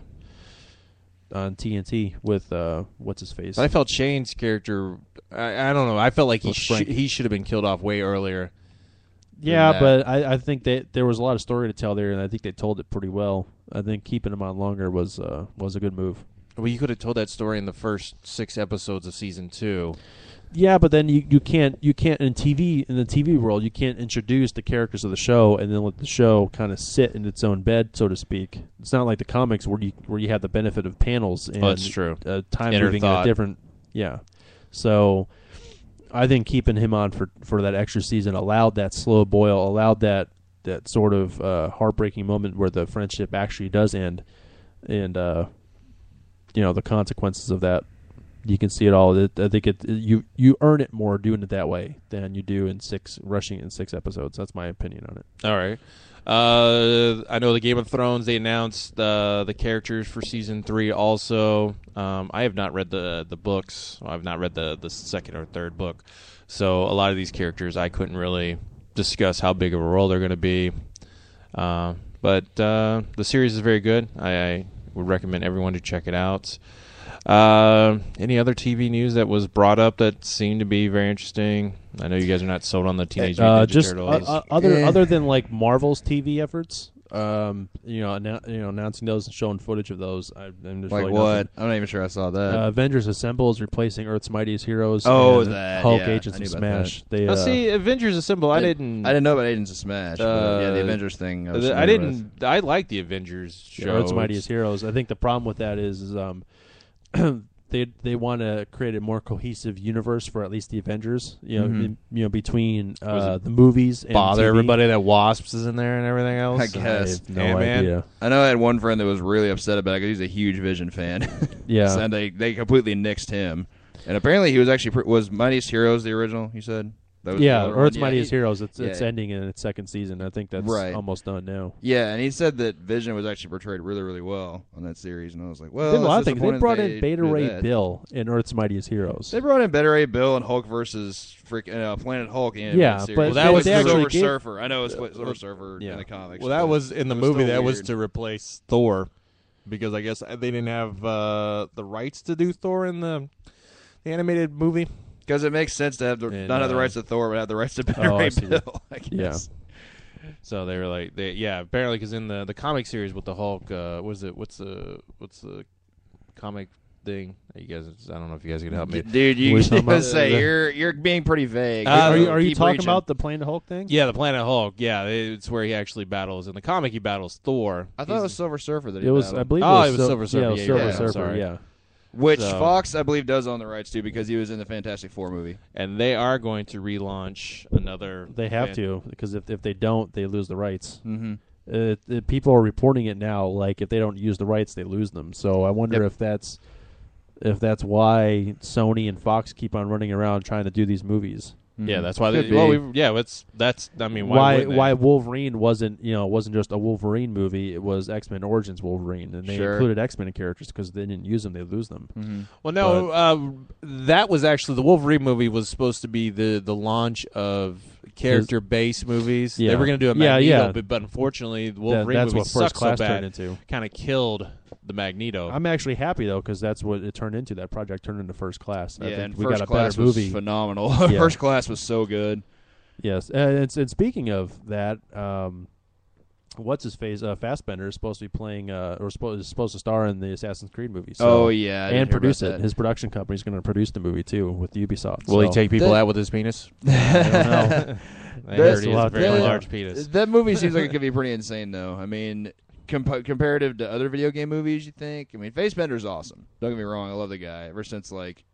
[SPEAKER 4] on TNT with uh, what's his face?
[SPEAKER 3] But I felt Shane's character. I, I don't know. I felt like he
[SPEAKER 4] Little Frank.
[SPEAKER 3] should he should have been killed off way earlier. than
[SPEAKER 4] Yeah,
[SPEAKER 3] that.
[SPEAKER 4] but I, I think that there was a lot of story to tell there, and I think they told it pretty well. I think keeping him on longer was uh, was a good move.
[SPEAKER 3] well, you could have told that story in the first six episodes of season two.
[SPEAKER 4] Yeah, but then you, you can't you can't in TV in the TV world you can't introduce the characters of the show and then let the show kind of sit in its own bed, so to speak. It's not like the comics where you where you have the benefit of panels and
[SPEAKER 3] Oh, that's true.
[SPEAKER 4] Uh, time
[SPEAKER 3] Inner
[SPEAKER 4] moving in a
[SPEAKER 3] thought.
[SPEAKER 4] different yeah. So I think keeping him on for for that extra season allowed that slow boil, allowed that that sort of uh, heartbreaking moment where the friendship actually does end, and uh, you know the consequences of that. You can see it all. It, I think it you you earn it more doing it that way than you do in six rushing in six episodes. That's my opinion on it.
[SPEAKER 3] All right. Uh, I know the Game of Thrones. They announced uh, the characters for season three. Also, um, I have not read the the books. I've not read the the second or third book. So a lot of these characters, I couldn't really discuss how big of a role they're going to be. Uh, but uh, the series is very good. I, I would recommend everyone to check it out. Uh, any other TV news that was brought up that seemed to be very interesting? I know you guys are not sold on the Teenage Mutant
[SPEAKER 4] Uh,
[SPEAKER 3] Ninja
[SPEAKER 4] just o-
[SPEAKER 3] Turtles.
[SPEAKER 4] o- other other than like Marvel's TV efforts, um, you know, annou- you know, announcing those and showing footage of those. I, I'm just
[SPEAKER 5] Like
[SPEAKER 4] really
[SPEAKER 5] what?
[SPEAKER 4] nothing.
[SPEAKER 5] I'm not even sure I saw that.
[SPEAKER 4] Uh, Avengers Assemble is replacing Earth's Mightiest Heroes.
[SPEAKER 5] Oh,
[SPEAKER 4] and
[SPEAKER 5] that,
[SPEAKER 4] Hulk
[SPEAKER 5] yeah,
[SPEAKER 4] Agents
[SPEAKER 5] I knew
[SPEAKER 4] of
[SPEAKER 5] about
[SPEAKER 4] Smash.
[SPEAKER 5] that.
[SPEAKER 4] They
[SPEAKER 3] Oh,
[SPEAKER 4] uh,
[SPEAKER 3] see, Avengers Assemble. I
[SPEAKER 5] I-
[SPEAKER 3] didn't.
[SPEAKER 5] I didn't know about Agents of Smash,
[SPEAKER 4] Uh,
[SPEAKER 5] but, uh, yeah, the Avengers thing I was
[SPEAKER 3] the- I
[SPEAKER 5] familiar
[SPEAKER 3] didn't. I like the Avengers show.
[SPEAKER 4] Earth's Mightiest Heroes. I think the problem with that is, is um, [clears throat] they they want to create a more cohesive universe for at least the Avengers. You know,
[SPEAKER 5] Mm-hmm.
[SPEAKER 3] Mhm.
[SPEAKER 4] in- you know between uh,
[SPEAKER 3] it
[SPEAKER 4] the movies. And
[SPEAKER 3] bother
[SPEAKER 4] TV.
[SPEAKER 3] everybody that Wasps is in there and everything else?
[SPEAKER 5] I guess.
[SPEAKER 4] have no Ant-Man? idea.
[SPEAKER 5] I know I had one friend that was really upset about it because he's a huge Vision fan. [laughs]
[SPEAKER 4] Yeah.
[SPEAKER 5] and they they completely nixed him. And apparently he was actually pre- was Mightiest Heroes the original. You said. That was the
[SPEAKER 4] yeah,
[SPEAKER 5] other
[SPEAKER 4] Earth's
[SPEAKER 5] one?
[SPEAKER 4] Mightiest
[SPEAKER 5] he-
[SPEAKER 4] Heroes. It's
[SPEAKER 5] yeah,
[SPEAKER 4] it's ending in its second season. I think that's
[SPEAKER 5] Right.
[SPEAKER 4] almost done now.
[SPEAKER 5] Yeah, and he said that Vision was actually portrayed really, really well on that series, and I was like,
[SPEAKER 4] They
[SPEAKER 5] well,
[SPEAKER 4] did a lot of
[SPEAKER 5] it's
[SPEAKER 4] things. They
[SPEAKER 5] disappointing
[SPEAKER 4] brought
[SPEAKER 5] that
[SPEAKER 4] in Beta
[SPEAKER 5] do
[SPEAKER 4] Ray
[SPEAKER 5] that.
[SPEAKER 4] Bill in Earth's Mightiest Heroes.
[SPEAKER 5] They brought in Beta Ray Bill and Hulk versus freaking uh, Planet Hulk. Animated
[SPEAKER 4] Yeah,
[SPEAKER 5] series.
[SPEAKER 4] but Well, that they- was they the- actually Uh,
[SPEAKER 5] Silver
[SPEAKER 4] gave-
[SPEAKER 5] Surfer. I know it's what Silver Surfer in the comics.
[SPEAKER 3] Well, that
[SPEAKER 5] but
[SPEAKER 3] was in the
[SPEAKER 5] it
[SPEAKER 3] movie.
[SPEAKER 5] still
[SPEAKER 3] That was
[SPEAKER 5] weird.
[SPEAKER 3] to replace Thor, because I guess they didn't have uh, the rights to do Thor in the, the animated movie.
[SPEAKER 5] Because it makes sense to have the,
[SPEAKER 3] And,
[SPEAKER 5] not have the
[SPEAKER 3] uh,
[SPEAKER 5] rights to Thor, but have the
[SPEAKER 4] [laughs]
[SPEAKER 5] rights to Beta
[SPEAKER 3] Oh, I
[SPEAKER 5] Ray
[SPEAKER 3] see.
[SPEAKER 5] Bill. [laughs] I
[SPEAKER 3] Yeah.
[SPEAKER 5] guess.
[SPEAKER 3] So they were like, they, yeah, apparently because in the the comic series with the Hulk, uh, what is it? What's the what's the comic thing? You guys, I don't know if you guys can help me,
[SPEAKER 5] dude. You you say you're you're being pretty vague.
[SPEAKER 3] Uh,
[SPEAKER 4] are you,
[SPEAKER 3] so
[SPEAKER 4] are you
[SPEAKER 3] keep
[SPEAKER 4] talking
[SPEAKER 3] reaching.
[SPEAKER 4] about the Planet Hulk thing?
[SPEAKER 3] Yeah, the Planet Hulk. Yeah, it's where he actually battles. In the comic, he battles Thor.
[SPEAKER 5] I thought it was Silver Surfer that he
[SPEAKER 4] It was,
[SPEAKER 5] battled.
[SPEAKER 4] I believe,
[SPEAKER 3] Oh,
[SPEAKER 4] it was,
[SPEAKER 3] it was
[SPEAKER 4] Sil-
[SPEAKER 3] Silver Surfer.
[SPEAKER 4] Yeah, it was
[SPEAKER 3] Yeah,
[SPEAKER 4] Silver
[SPEAKER 3] yeah, I'm
[SPEAKER 4] Surfer.
[SPEAKER 3] sorry.
[SPEAKER 4] Yeah,
[SPEAKER 5] Which
[SPEAKER 3] So-
[SPEAKER 5] Fox, I believe, does own the rights to because he was in the Fantastic Four movie.
[SPEAKER 3] and they are going to relaunch another.
[SPEAKER 4] they have
[SPEAKER 3] fan-
[SPEAKER 4] to because if if they don't, they lose the rights.
[SPEAKER 5] Mm-hmm.
[SPEAKER 4] Uh, th- people are reporting it now. Like if they don't use the rights, they lose them. So I wonder if that's if that's why Sony and Fox keep on running around trying to do these movies.
[SPEAKER 3] Yeah, that's why. They, well, we, yeah, that's that's. I mean, why?
[SPEAKER 4] Mm-hmm. why
[SPEAKER 3] wouldn't they?
[SPEAKER 4] Wolverine wasn't you know wasn't just a Wolverine movie. It was X Men Origins Wolverine, and they
[SPEAKER 3] Sure.
[SPEAKER 4] included X Men characters because they didn't use them, they lose them.
[SPEAKER 5] Mm-hmm.
[SPEAKER 3] Well, no, uh, that was actually the Wolverine movie was supposed to be the the launch of character based movies. They
[SPEAKER 4] Yeah.
[SPEAKER 3] were going to do a
[SPEAKER 4] Yeah,
[SPEAKER 3] Magneto,
[SPEAKER 4] yeah.
[SPEAKER 3] But, but unfortunately, the
[SPEAKER 4] That-
[SPEAKER 3] Wolverine
[SPEAKER 4] that's
[SPEAKER 3] movie
[SPEAKER 4] what First
[SPEAKER 3] sucked
[SPEAKER 4] Class
[SPEAKER 3] so bad,
[SPEAKER 4] turned into.
[SPEAKER 3] kind of killed the Magneto.
[SPEAKER 5] Oh.
[SPEAKER 4] I'm actually happy though because that's what it turned into. That project turned into First Class. I
[SPEAKER 5] Yeah,
[SPEAKER 4] think
[SPEAKER 5] and
[SPEAKER 4] we
[SPEAKER 5] First
[SPEAKER 4] got a
[SPEAKER 5] Class
[SPEAKER 4] better
[SPEAKER 5] was
[SPEAKER 4] movie.
[SPEAKER 5] phenomenal. [laughs]
[SPEAKER 4] Yeah.
[SPEAKER 5] First Class was so good.
[SPEAKER 4] Yes, and, it's, and speaking of that, um, what's his face? Uh, Fassbender is supposed to be playing, uh, or supposed is supposed to star in the Assassin's Creed movie. So,
[SPEAKER 5] Oh, yeah, I didn't hear
[SPEAKER 4] and
[SPEAKER 5] about
[SPEAKER 4] produce it.
[SPEAKER 5] that.
[SPEAKER 4] His production company is going to produce the movie too with Ubisoft.
[SPEAKER 3] Will he
[SPEAKER 4] so-
[SPEAKER 3] take people out with his penis?
[SPEAKER 4] I
[SPEAKER 5] [laughs]
[SPEAKER 4] don't know.
[SPEAKER 3] I heard
[SPEAKER 4] That's
[SPEAKER 3] he
[SPEAKER 4] a
[SPEAKER 3] has
[SPEAKER 4] lot
[SPEAKER 3] a very
[SPEAKER 4] going on.
[SPEAKER 3] large penis.
[SPEAKER 5] That movie seems like it could be pretty insane, though. I mean, comp- comparative to other video game movies, you think? I mean, Facebender's awesome. Don't get me wrong, I love the guy. Ever since like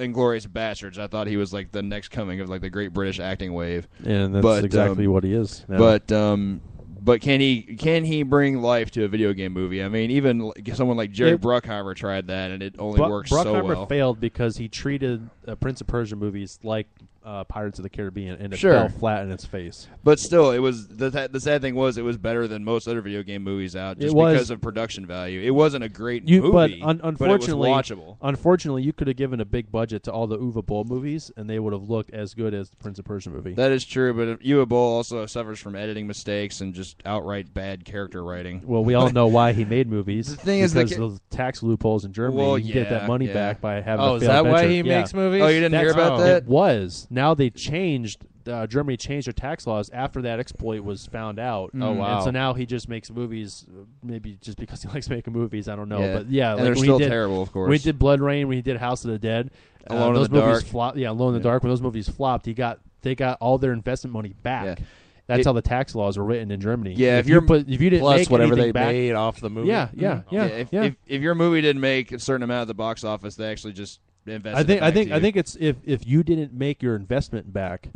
[SPEAKER 5] Inglorious Bastards, I thought he was like the next coming of like the great British acting wave.
[SPEAKER 4] And that's
[SPEAKER 5] but,
[SPEAKER 4] exactly
[SPEAKER 5] um,
[SPEAKER 4] what he is now.
[SPEAKER 5] But um, but can he can he bring life to a video game movie? I mean, even like, someone like Jerry
[SPEAKER 4] It-
[SPEAKER 5] Bruckheimer tried that, and it only
[SPEAKER 4] Bru-
[SPEAKER 5] works so
[SPEAKER 4] Bruckheimer
[SPEAKER 5] well.
[SPEAKER 4] failed because he treated uh, Prince of Persia movies like uh, Pirates of the Caribbean, and it
[SPEAKER 5] Sure.
[SPEAKER 4] fell flat in its face.
[SPEAKER 5] But still, it was the th- the sad thing was it was better than most other video game movies out just
[SPEAKER 4] It was-
[SPEAKER 5] because of production value. It wasn't a great
[SPEAKER 4] You,
[SPEAKER 5] movie,
[SPEAKER 4] but un-
[SPEAKER 5] it was
[SPEAKER 4] unfortunately, uh,
[SPEAKER 5] watchable.
[SPEAKER 4] unfortunately, you could have given a big budget to all the Uva Bowl movies, and they would have looked as good as the Prince of Persia movie.
[SPEAKER 5] That is true, but Uwe Boll also suffers from editing mistakes and just outright bad character writing.
[SPEAKER 4] well, we all know why he made movies.
[SPEAKER 5] The thing is, the
[SPEAKER 4] because
[SPEAKER 5] ca-
[SPEAKER 4] of the tax loopholes in Germany,
[SPEAKER 5] Well,
[SPEAKER 4] you can get
[SPEAKER 5] yeah,
[SPEAKER 4] that money
[SPEAKER 5] yeah.
[SPEAKER 4] back by having.
[SPEAKER 5] Oh,
[SPEAKER 4] a
[SPEAKER 5] is
[SPEAKER 4] failed
[SPEAKER 5] that why
[SPEAKER 4] venture.
[SPEAKER 5] he
[SPEAKER 4] Yeah.
[SPEAKER 5] makes movies? Oh, you didn't hear about that?
[SPEAKER 4] It was now they changed. Uh, Germany changed their tax laws after that exploit was found out.
[SPEAKER 5] Oh, wow.
[SPEAKER 4] And so now he just makes movies, uh, maybe just because he [laughs] likes making movies. I don't know,
[SPEAKER 5] Yeah.
[SPEAKER 4] but yeah,
[SPEAKER 5] And
[SPEAKER 4] like
[SPEAKER 5] they're
[SPEAKER 4] when he
[SPEAKER 5] still
[SPEAKER 4] did-
[SPEAKER 5] terrible, of
[SPEAKER 4] When he
[SPEAKER 5] course.
[SPEAKER 4] did Blood Rain, when he did House of the Dead, uh,
[SPEAKER 5] Alone in
[SPEAKER 4] those
[SPEAKER 5] the
[SPEAKER 4] movies
[SPEAKER 5] Dark.
[SPEAKER 4] flopped. Yeah, Alone in the Dark. When those movies flopped, he got they got all their investment money back. That's
[SPEAKER 5] It-
[SPEAKER 4] how the tax laws were written in Germany.
[SPEAKER 5] Yeah, if
[SPEAKER 4] if, you
[SPEAKER 5] you're-
[SPEAKER 4] put, if you didn't
[SPEAKER 3] plus
[SPEAKER 4] make
[SPEAKER 3] whatever
[SPEAKER 4] anything
[SPEAKER 3] they
[SPEAKER 4] back-
[SPEAKER 3] made off the movie.
[SPEAKER 4] Yeah, yeah, yeah,
[SPEAKER 5] if,
[SPEAKER 4] yeah.
[SPEAKER 5] If, if your movie didn't make a certain amount at the box office, they actually just invested.
[SPEAKER 4] I think
[SPEAKER 5] it
[SPEAKER 4] I
[SPEAKER 5] back
[SPEAKER 4] think
[SPEAKER 5] to
[SPEAKER 4] I
[SPEAKER 5] you.
[SPEAKER 4] think it's if if you didn't make your investment back,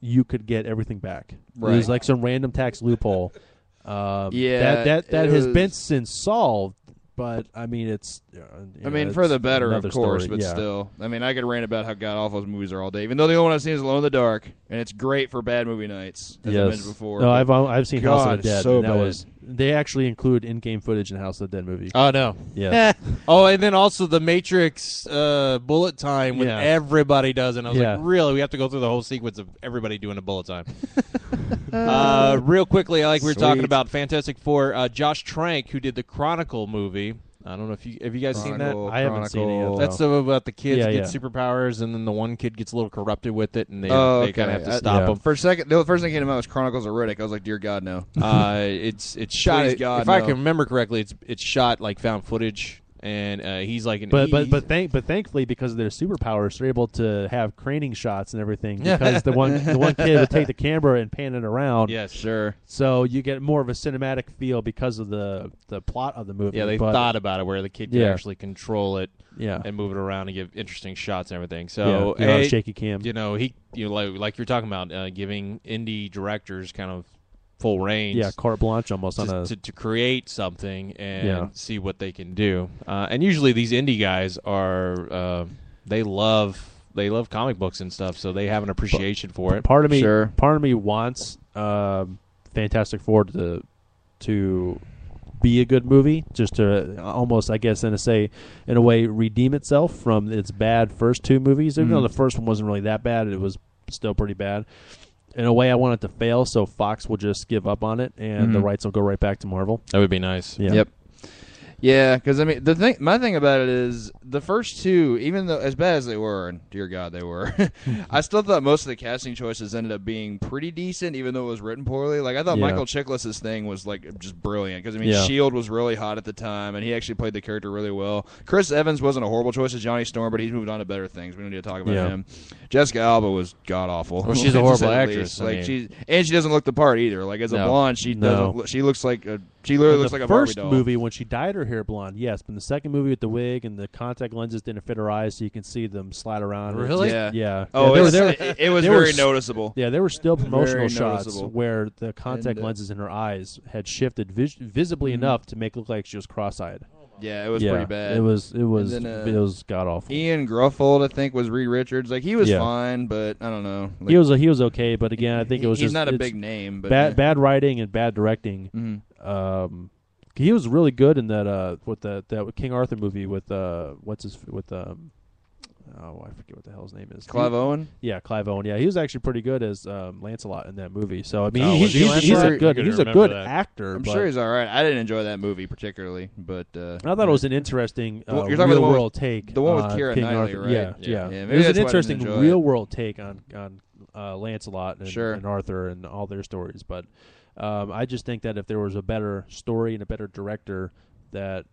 [SPEAKER 4] you could get everything back. It
[SPEAKER 5] Mm-hmm. Right.
[SPEAKER 4] was like some random
[SPEAKER 5] [laughs]
[SPEAKER 4] tax loophole. Um,
[SPEAKER 5] Yeah,
[SPEAKER 4] that that that
[SPEAKER 5] it
[SPEAKER 4] has been
[SPEAKER 5] was-
[SPEAKER 4] since solved, but I mean it's. uh, you
[SPEAKER 5] I
[SPEAKER 4] know,
[SPEAKER 5] mean,
[SPEAKER 4] it's
[SPEAKER 5] for the better, of
[SPEAKER 4] another
[SPEAKER 5] course,
[SPEAKER 4] story,
[SPEAKER 5] but
[SPEAKER 4] yeah.
[SPEAKER 5] still. I mean, I could rant about how god awful those movies are all day, even though the only one I've seen is Alone in the Dark, and it's great for bad movie nights. As I
[SPEAKER 4] Yes.
[SPEAKER 5] mentioned before.
[SPEAKER 4] No,
[SPEAKER 5] but
[SPEAKER 4] I've I've seen House
[SPEAKER 5] God,
[SPEAKER 4] of the Dead.
[SPEAKER 5] it's So
[SPEAKER 4] and that
[SPEAKER 5] bad.
[SPEAKER 4] was they actually include in-game footage in House of the Dead
[SPEAKER 5] [laughs]
[SPEAKER 4] movie.
[SPEAKER 3] Oh no!
[SPEAKER 4] Yes.
[SPEAKER 3] oh, and then also the Matrix uh, bullet time when
[SPEAKER 4] Yeah.
[SPEAKER 3] everybody does, and I was
[SPEAKER 4] Yeah.
[SPEAKER 3] like, really? We have to go through the whole sequence of everybody doing a bullet
[SPEAKER 4] [laughs]
[SPEAKER 3] time. uh, real quickly, like we were talking
[SPEAKER 4] Sweet.
[SPEAKER 3] about Fantastic Four, uh, Josh Trank, who did the Chronicle movie. I don't know if you have you guys seen
[SPEAKER 4] Chronicle,
[SPEAKER 3] that.
[SPEAKER 4] I haven't seen it yet, Chronicle.
[SPEAKER 3] That's the one about the kids
[SPEAKER 4] Yeah,
[SPEAKER 3] get
[SPEAKER 4] yeah.
[SPEAKER 3] superpowers, and then the one kid gets a little corrupted with it, and they,
[SPEAKER 5] oh,
[SPEAKER 3] they kind of have
[SPEAKER 5] okay.
[SPEAKER 3] to
[SPEAKER 4] Uh,
[SPEAKER 5] I-
[SPEAKER 3] stop him.
[SPEAKER 5] For a second, the first thing that came to mind was Chronicles of Riddick. I was like, dear God,
[SPEAKER 4] [laughs]
[SPEAKER 5] no.
[SPEAKER 3] Uh, it's it's shot.
[SPEAKER 5] Please, God,
[SPEAKER 3] if I
[SPEAKER 5] no.
[SPEAKER 3] can remember correctly, it's it's shot like found footage, and uh, he's like an
[SPEAKER 4] But
[SPEAKER 3] he-
[SPEAKER 4] but but thank but thankfully because of their superpowers they're able to have craning shots
[SPEAKER 5] [laughs]
[SPEAKER 4] and everything
[SPEAKER 3] Yeah.
[SPEAKER 4] because the one the one kid would take the camera and pan
[SPEAKER 5] [laughs]
[SPEAKER 4] it around.
[SPEAKER 3] Yes, sure.
[SPEAKER 4] So you get more of a cinematic feel because of the the plot of the movie.
[SPEAKER 3] Yeah, they
[SPEAKER 4] but-
[SPEAKER 3] thought about it where the kid could
[SPEAKER 4] Yeah.
[SPEAKER 3] actually control it,
[SPEAKER 4] Yeah.
[SPEAKER 3] and move it around and give interesting shots and everything. So
[SPEAKER 4] Yeah, you're on a
[SPEAKER 3] eh,
[SPEAKER 4] shaky cam.
[SPEAKER 3] You know, he you know, like like you're talking about uh, giving indie directors kind of full range.
[SPEAKER 4] Yeah, carte blanche almost
[SPEAKER 3] to,
[SPEAKER 4] on a-
[SPEAKER 3] to, to create something and
[SPEAKER 4] Yeah.
[SPEAKER 3] see what they can do. Uh, and usually these indie guys are uh, they love they love comic books and stuff, so they have an appreciation for it.
[SPEAKER 4] Part of me, part of me wants um, Fantastic Four to to be a good movie, just to almost, I guess, in a say, in a way, redeem itself from its bad first two movies. Even
[SPEAKER 13] Mhm.
[SPEAKER 3] Mm-hmm.
[SPEAKER 4] though the first one wasn't really that bad, it was still pretty bad. In a way, I want it to fail, so Fox will just give up on it, and the
[SPEAKER 5] Mhm.
[SPEAKER 3] Mm-hmm.
[SPEAKER 4] rights will go right back to Marvel.
[SPEAKER 3] That would be nice.
[SPEAKER 4] Yeah.
[SPEAKER 5] Yep. Yeah, because I mean, the thing, my thing about it is the first two, even though as bad as they were, and dear God, they were, [laughs] I still thought most of the casting choices ended up being pretty decent, even though it was written poorly. Like I thought
[SPEAKER 4] Yeah.
[SPEAKER 5] Michael Chiklis's thing was like just brilliant because I mean,
[SPEAKER 4] Yeah.
[SPEAKER 5] Shield was really hot at the time, and he actually played the character really well. Chris Evans wasn't a horrible choice as Johnny Storm, but he's moved on to better things. We don't need to talk about
[SPEAKER 3] Yeah.
[SPEAKER 5] him. Jessica Alba was god awful.
[SPEAKER 3] Well,
[SPEAKER 5] [laughs]
[SPEAKER 3] she's a horrible actress, I
[SPEAKER 5] Like
[SPEAKER 3] mean.
[SPEAKER 5] she's and she doesn't look the part either. Like as a
[SPEAKER 3] No.
[SPEAKER 5] blonde, she
[SPEAKER 3] No.
[SPEAKER 5] doesn't. look- She looks like a She literally
[SPEAKER 4] In
[SPEAKER 5] looks
[SPEAKER 4] the
[SPEAKER 5] like a Barbie
[SPEAKER 4] first
[SPEAKER 5] doll.
[SPEAKER 4] movie when she dyed her hair blonde. Yes, but in the second movie with the wig and the contact lenses didn't fit her eyes, so you can see them slide around.
[SPEAKER 5] Really?
[SPEAKER 4] Yeah.
[SPEAKER 5] Yeah.
[SPEAKER 4] yeah.
[SPEAKER 5] Oh,
[SPEAKER 4] Yeah,
[SPEAKER 5] it's- it- it was
[SPEAKER 4] there were
[SPEAKER 5] very
[SPEAKER 4] s-
[SPEAKER 5] noticeable.
[SPEAKER 4] Yeah, there were still
[SPEAKER 5] Very
[SPEAKER 4] promotional shots
[SPEAKER 5] noticeable.
[SPEAKER 4] where the contact
[SPEAKER 5] And, uh,
[SPEAKER 4] lenses in her eyes had shifted vis- visibly
[SPEAKER 5] Mhm.
[SPEAKER 4] enough to make it look like she was cross-eyed.
[SPEAKER 5] Yeah, it was
[SPEAKER 4] Yeah,
[SPEAKER 5] pretty bad.
[SPEAKER 4] It was. It
[SPEAKER 5] And
[SPEAKER 4] was.
[SPEAKER 5] then, uh,
[SPEAKER 4] it was god awful.
[SPEAKER 5] Ian Gruffold, I think, was Reed Richards. Like he was
[SPEAKER 4] Yeah.
[SPEAKER 5] fine, but I don't know. Like,
[SPEAKER 4] he was he was okay, but again, I think it was
[SPEAKER 5] he's
[SPEAKER 4] just
[SPEAKER 5] not a
[SPEAKER 4] it's
[SPEAKER 5] big name, but
[SPEAKER 4] bad
[SPEAKER 5] yeah. Mm-hmm.
[SPEAKER 4] bad writing and bad directing. Um, he was really good in that uh with that that King Arthur movie with uh what's his with um oh I forget what the hell his name is
[SPEAKER 5] Clive
[SPEAKER 4] He-
[SPEAKER 5] Owen?
[SPEAKER 4] yeah Clive Owen yeah he was actually pretty good as um, Lancelot in that movie so I mean
[SPEAKER 5] Oh,
[SPEAKER 4] he-
[SPEAKER 5] was he
[SPEAKER 4] he's, he's,
[SPEAKER 5] Lancelot?
[SPEAKER 4] a good
[SPEAKER 5] I couldn't
[SPEAKER 4] he's a
[SPEAKER 5] remember
[SPEAKER 4] good
[SPEAKER 5] that.
[SPEAKER 4] actor
[SPEAKER 5] I'm
[SPEAKER 4] but
[SPEAKER 5] sure he's all right. I didn't enjoy that movie particularly, but uh,
[SPEAKER 4] I thought it was an interesting uh,
[SPEAKER 5] The one- you're talking about the
[SPEAKER 4] real
[SPEAKER 5] one with-
[SPEAKER 4] world take
[SPEAKER 5] the one with
[SPEAKER 4] on
[SPEAKER 5] Keira
[SPEAKER 4] King
[SPEAKER 5] Knightley,
[SPEAKER 4] Arthur.
[SPEAKER 5] right?
[SPEAKER 4] yeah
[SPEAKER 5] Yeah.
[SPEAKER 4] yeah,
[SPEAKER 5] Yeah, maybe
[SPEAKER 4] it
[SPEAKER 5] that's
[SPEAKER 4] was an
[SPEAKER 5] why I didn't
[SPEAKER 4] interesting
[SPEAKER 5] enjoy it.
[SPEAKER 4] real world take on on uh, Lancelot and,
[SPEAKER 5] Sure.
[SPEAKER 4] and Arthur and all their stories but um, I just think that if there was a better story and a better director that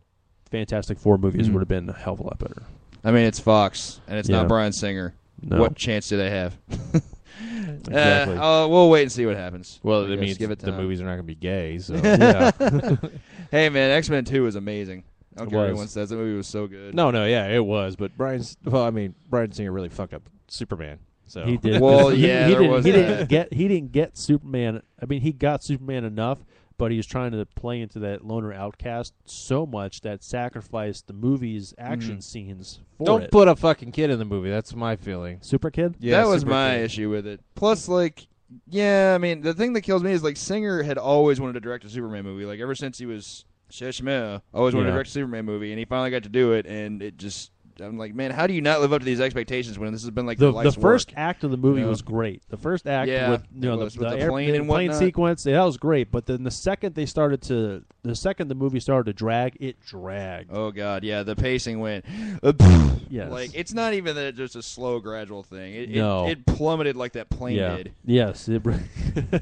[SPEAKER 4] Fantastic Four movies
[SPEAKER 5] Mhm.
[SPEAKER 4] would have been a hell of a lot better
[SPEAKER 5] I mean, it's Fox, and it's
[SPEAKER 4] Yeah.
[SPEAKER 5] not Brian Singer.
[SPEAKER 4] No.
[SPEAKER 5] What chance do they have? [laughs]
[SPEAKER 3] Exactly.
[SPEAKER 5] Uh, uh, we'll wait and see what happens.
[SPEAKER 3] Well,
[SPEAKER 5] I
[SPEAKER 3] that
[SPEAKER 5] guess.
[SPEAKER 3] means
[SPEAKER 5] give it
[SPEAKER 3] the
[SPEAKER 5] time.
[SPEAKER 3] movies are not going to be gay.
[SPEAKER 4] [laughs]
[SPEAKER 3] So
[SPEAKER 5] [laughs] hey, man, X Men Two was amazing. I don't
[SPEAKER 3] It
[SPEAKER 5] care what
[SPEAKER 3] was.
[SPEAKER 5] anyone says. That movie was so good.
[SPEAKER 3] no, no, yeah, it was. But Brian's well, I mean, Brian Singer really fucked up Superman. So
[SPEAKER 4] He did.
[SPEAKER 5] Well,
[SPEAKER 4] [laughs] He-
[SPEAKER 5] yeah,
[SPEAKER 4] he,
[SPEAKER 5] there
[SPEAKER 4] didn't,
[SPEAKER 5] was
[SPEAKER 4] he
[SPEAKER 5] that.
[SPEAKER 4] didn't get he didn't get Superman. I mean, he got Superman enough, but he was trying to play into that loner outcast so much that sacrificed the movie's
[SPEAKER 5] Mm.
[SPEAKER 4] action scenes for
[SPEAKER 3] Don't
[SPEAKER 4] it.
[SPEAKER 3] put a fucking kid in the movie. That's my feeling.
[SPEAKER 4] Super Kid?
[SPEAKER 3] Yeah,
[SPEAKER 5] that was
[SPEAKER 3] Super
[SPEAKER 5] my
[SPEAKER 3] Kid.
[SPEAKER 5] issue with it. Plus, like, yeah, I mean, the thing that kills me is like Singer had always wanted to direct a Superman movie. Like ever since he was Sheshmeh, always wanted to
[SPEAKER 3] Yeah.
[SPEAKER 5] direct a Superman movie, and he finally got to do it. And it just, I'm like, man, how do you not live up to these expectations when this has been like
[SPEAKER 4] the,
[SPEAKER 5] your
[SPEAKER 4] the
[SPEAKER 5] life's
[SPEAKER 4] first
[SPEAKER 5] work?
[SPEAKER 4] act of the movie
[SPEAKER 5] Yeah.
[SPEAKER 4] was great. The first act
[SPEAKER 5] Yeah,
[SPEAKER 4] with you know
[SPEAKER 5] it was,
[SPEAKER 4] the,
[SPEAKER 5] with the
[SPEAKER 4] air-
[SPEAKER 5] plane and whatnot.
[SPEAKER 4] sequence, yeah, that was great. But then the second they started to the second the movie started to drag, it dragged.
[SPEAKER 5] Oh god, yeah, the pacing went. uh,
[SPEAKER 4] Yes.
[SPEAKER 5] Like it's not even that it's just a slow, gradual thing. It,
[SPEAKER 4] No.
[SPEAKER 5] it, it plummeted like that plane
[SPEAKER 4] yeah.
[SPEAKER 5] did.
[SPEAKER 4] Yes. It, [laughs]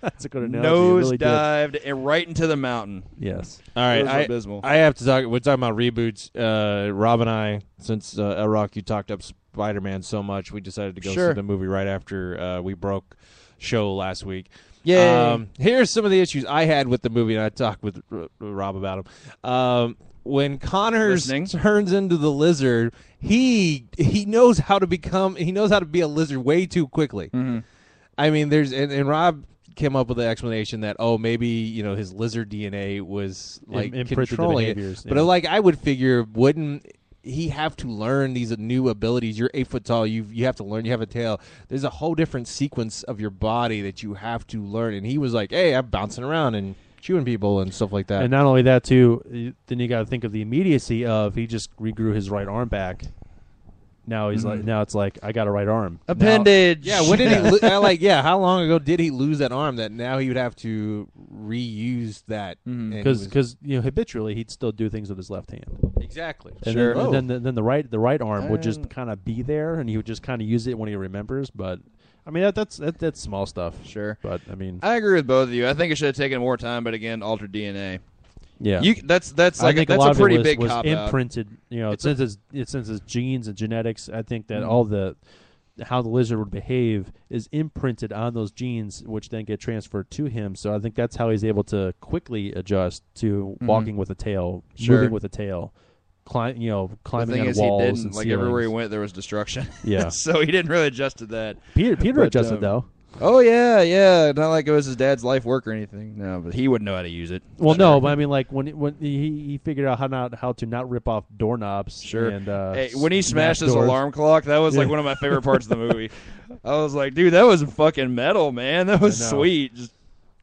[SPEAKER 4] that's a good analogy.
[SPEAKER 5] Nose
[SPEAKER 4] it really did.
[SPEAKER 5] dived and right into the mountain.
[SPEAKER 4] Yes.
[SPEAKER 3] All right,
[SPEAKER 5] It was
[SPEAKER 3] I,
[SPEAKER 5] abysmal.
[SPEAKER 3] I have to talk. We're talking about reboots. Uh, Rob and I, since uh, El Rock, you talked up Spider Man so much, we decided to go
[SPEAKER 5] Sure.
[SPEAKER 3] see the movie right after uh, we broke show last week. Um,
[SPEAKER 5] Yay.
[SPEAKER 3] here's some of the issues I had with the movie, and I talked with R- Rob about them. Um, when Connors
[SPEAKER 5] Listening.
[SPEAKER 3] turns into the lizard, he he knows how to become. He knows how to be a lizard way too quickly. I mean, there's and, and Rob came up with the explanation that oh maybe you know his lizard DNA was like
[SPEAKER 4] imprinted the
[SPEAKER 3] controlling
[SPEAKER 4] behaviors,
[SPEAKER 3] it, but
[SPEAKER 4] yeah.
[SPEAKER 3] like I would figure wouldn't he have to learn these new abilities? You're eight foot tall. You you have to learn. You have a tail. There's a whole different sequence of your body that you have to learn. And he was like, hey, I'm bouncing around and chewing people and stuff like that.
[SPEAKER 4] And not only that, too, y- then you got to think of the immediacy of he just regrew his right arm back. Now he's
[SPEAKER 3] Mm-hmm.
[SPEAKER 4] like, now it's like I got a right arm. Now-
[SPEAKER 5] Appendage.
[SPEAKER 3] yeah, when did he [laughs] lo- I like? Yeah, how long ago did he lose that arm that now he would have to reuse that? and he
[SPEAKER 4] Because
[SPEAKER 3] was-
[SPEAKER 4] you know habitually he'd still do things with his left hand.
[SPEAKER 3] exactly.
[SPEAKER 4] And
[SPEAKER 3] Sure.
[SPEAKER 4] then, and then, the, then the right the right arm would
[SPEAKER 5] Um,
[SPEAKER 4] just kind of be there, and he would just kind of use it when he remembers. But I mean that, that's that, that's small stuff.
[SPEAKER 5] Sure.
[SPEAKER 4] But I mean,
[SPEAKER 5] I agree with both of you. I think it should have taken more time, but again, altered DNA.
[SPEAKER 4] Yeah,
[SPEAKER 5] you, that's that's
[SPEAKER 4] I
[SPEAKER 5] like
[SPEAKER 4] think
[SPEAKER 5] that's
[SPEAKER 4] a, lot
[SPEAKER 5] a
[SPEAKER 4] of
[SPEAKER 5] pretty
[SPEAKER 4] it was,
[SPEAKER 5] big
[SPEAKER 4] was
[SPEAKER 5] cop
[SPEAKER 4] imprinted. You know, since it's, it, since it's genes and genetics, I think
[SPEAKER 5] Mm-hmm.
[SPEAKER 4] that all the how the lizard would behave is imprinted on those genes, which then get transferred to him. So I think that's how he's able to quickly adjust to
[SPEAKER 5] Mhm.
[SPEAKER 4] walking with a tail,
[SPEAKER 5] Sure.
[SPEAKER 4] moving with a tail, climb, you know,
[SPEAKER 5] Out. The
[SPEAKER 4] climbing
[SPEAKER 5] thing
[SPEAKER 4] on
[SPEAKER 5] is,
[SPEAKER 4] walls
[SPEAKER 5] he didn't
[SPEAKER 4] and
[SPEAKER 5] like
[SPEAKER 4] ceilings.
[SPEAKER 5] everywhere he went, there was destruction. [laughs]
[SPEAKER 4] Yeah.
[SPEAKER 5] so he didn't really adjust to that.
[SPEAKER 4] Peter Peter
[SPEAKER 5] But,
[SPEAKER 4] adjusted
[SPEAKER 5] um,
[SPEAKER 4] though.
[SPEAKER 5] Oh yeah, yeah. Not like it was his dad's life work or anything. No, but he wouldn't know how to use it.
[SPEAKER 4] Well, no, but I mean, like when when he, he figured out how not how to not rip off doorknobs.
[SPEAKER 5] Sure.
[SPEAKER 4] And uh,
[SPEAKER 5] Hey, when he
[SPEAKER 4] smash
[SPEAKER 5] smashed his
[SPEAKER 4] doors.
[SPEAKER 5] alarm clock, that was like
[SPEAKER 4] Yeah.
[SPEAKER 5] one of my favorite parts of the movie. I was like, dude, that was fucking metal, man. That was
[SPEAKER 3] I know.
[SPEAKER 5] sweet. Just,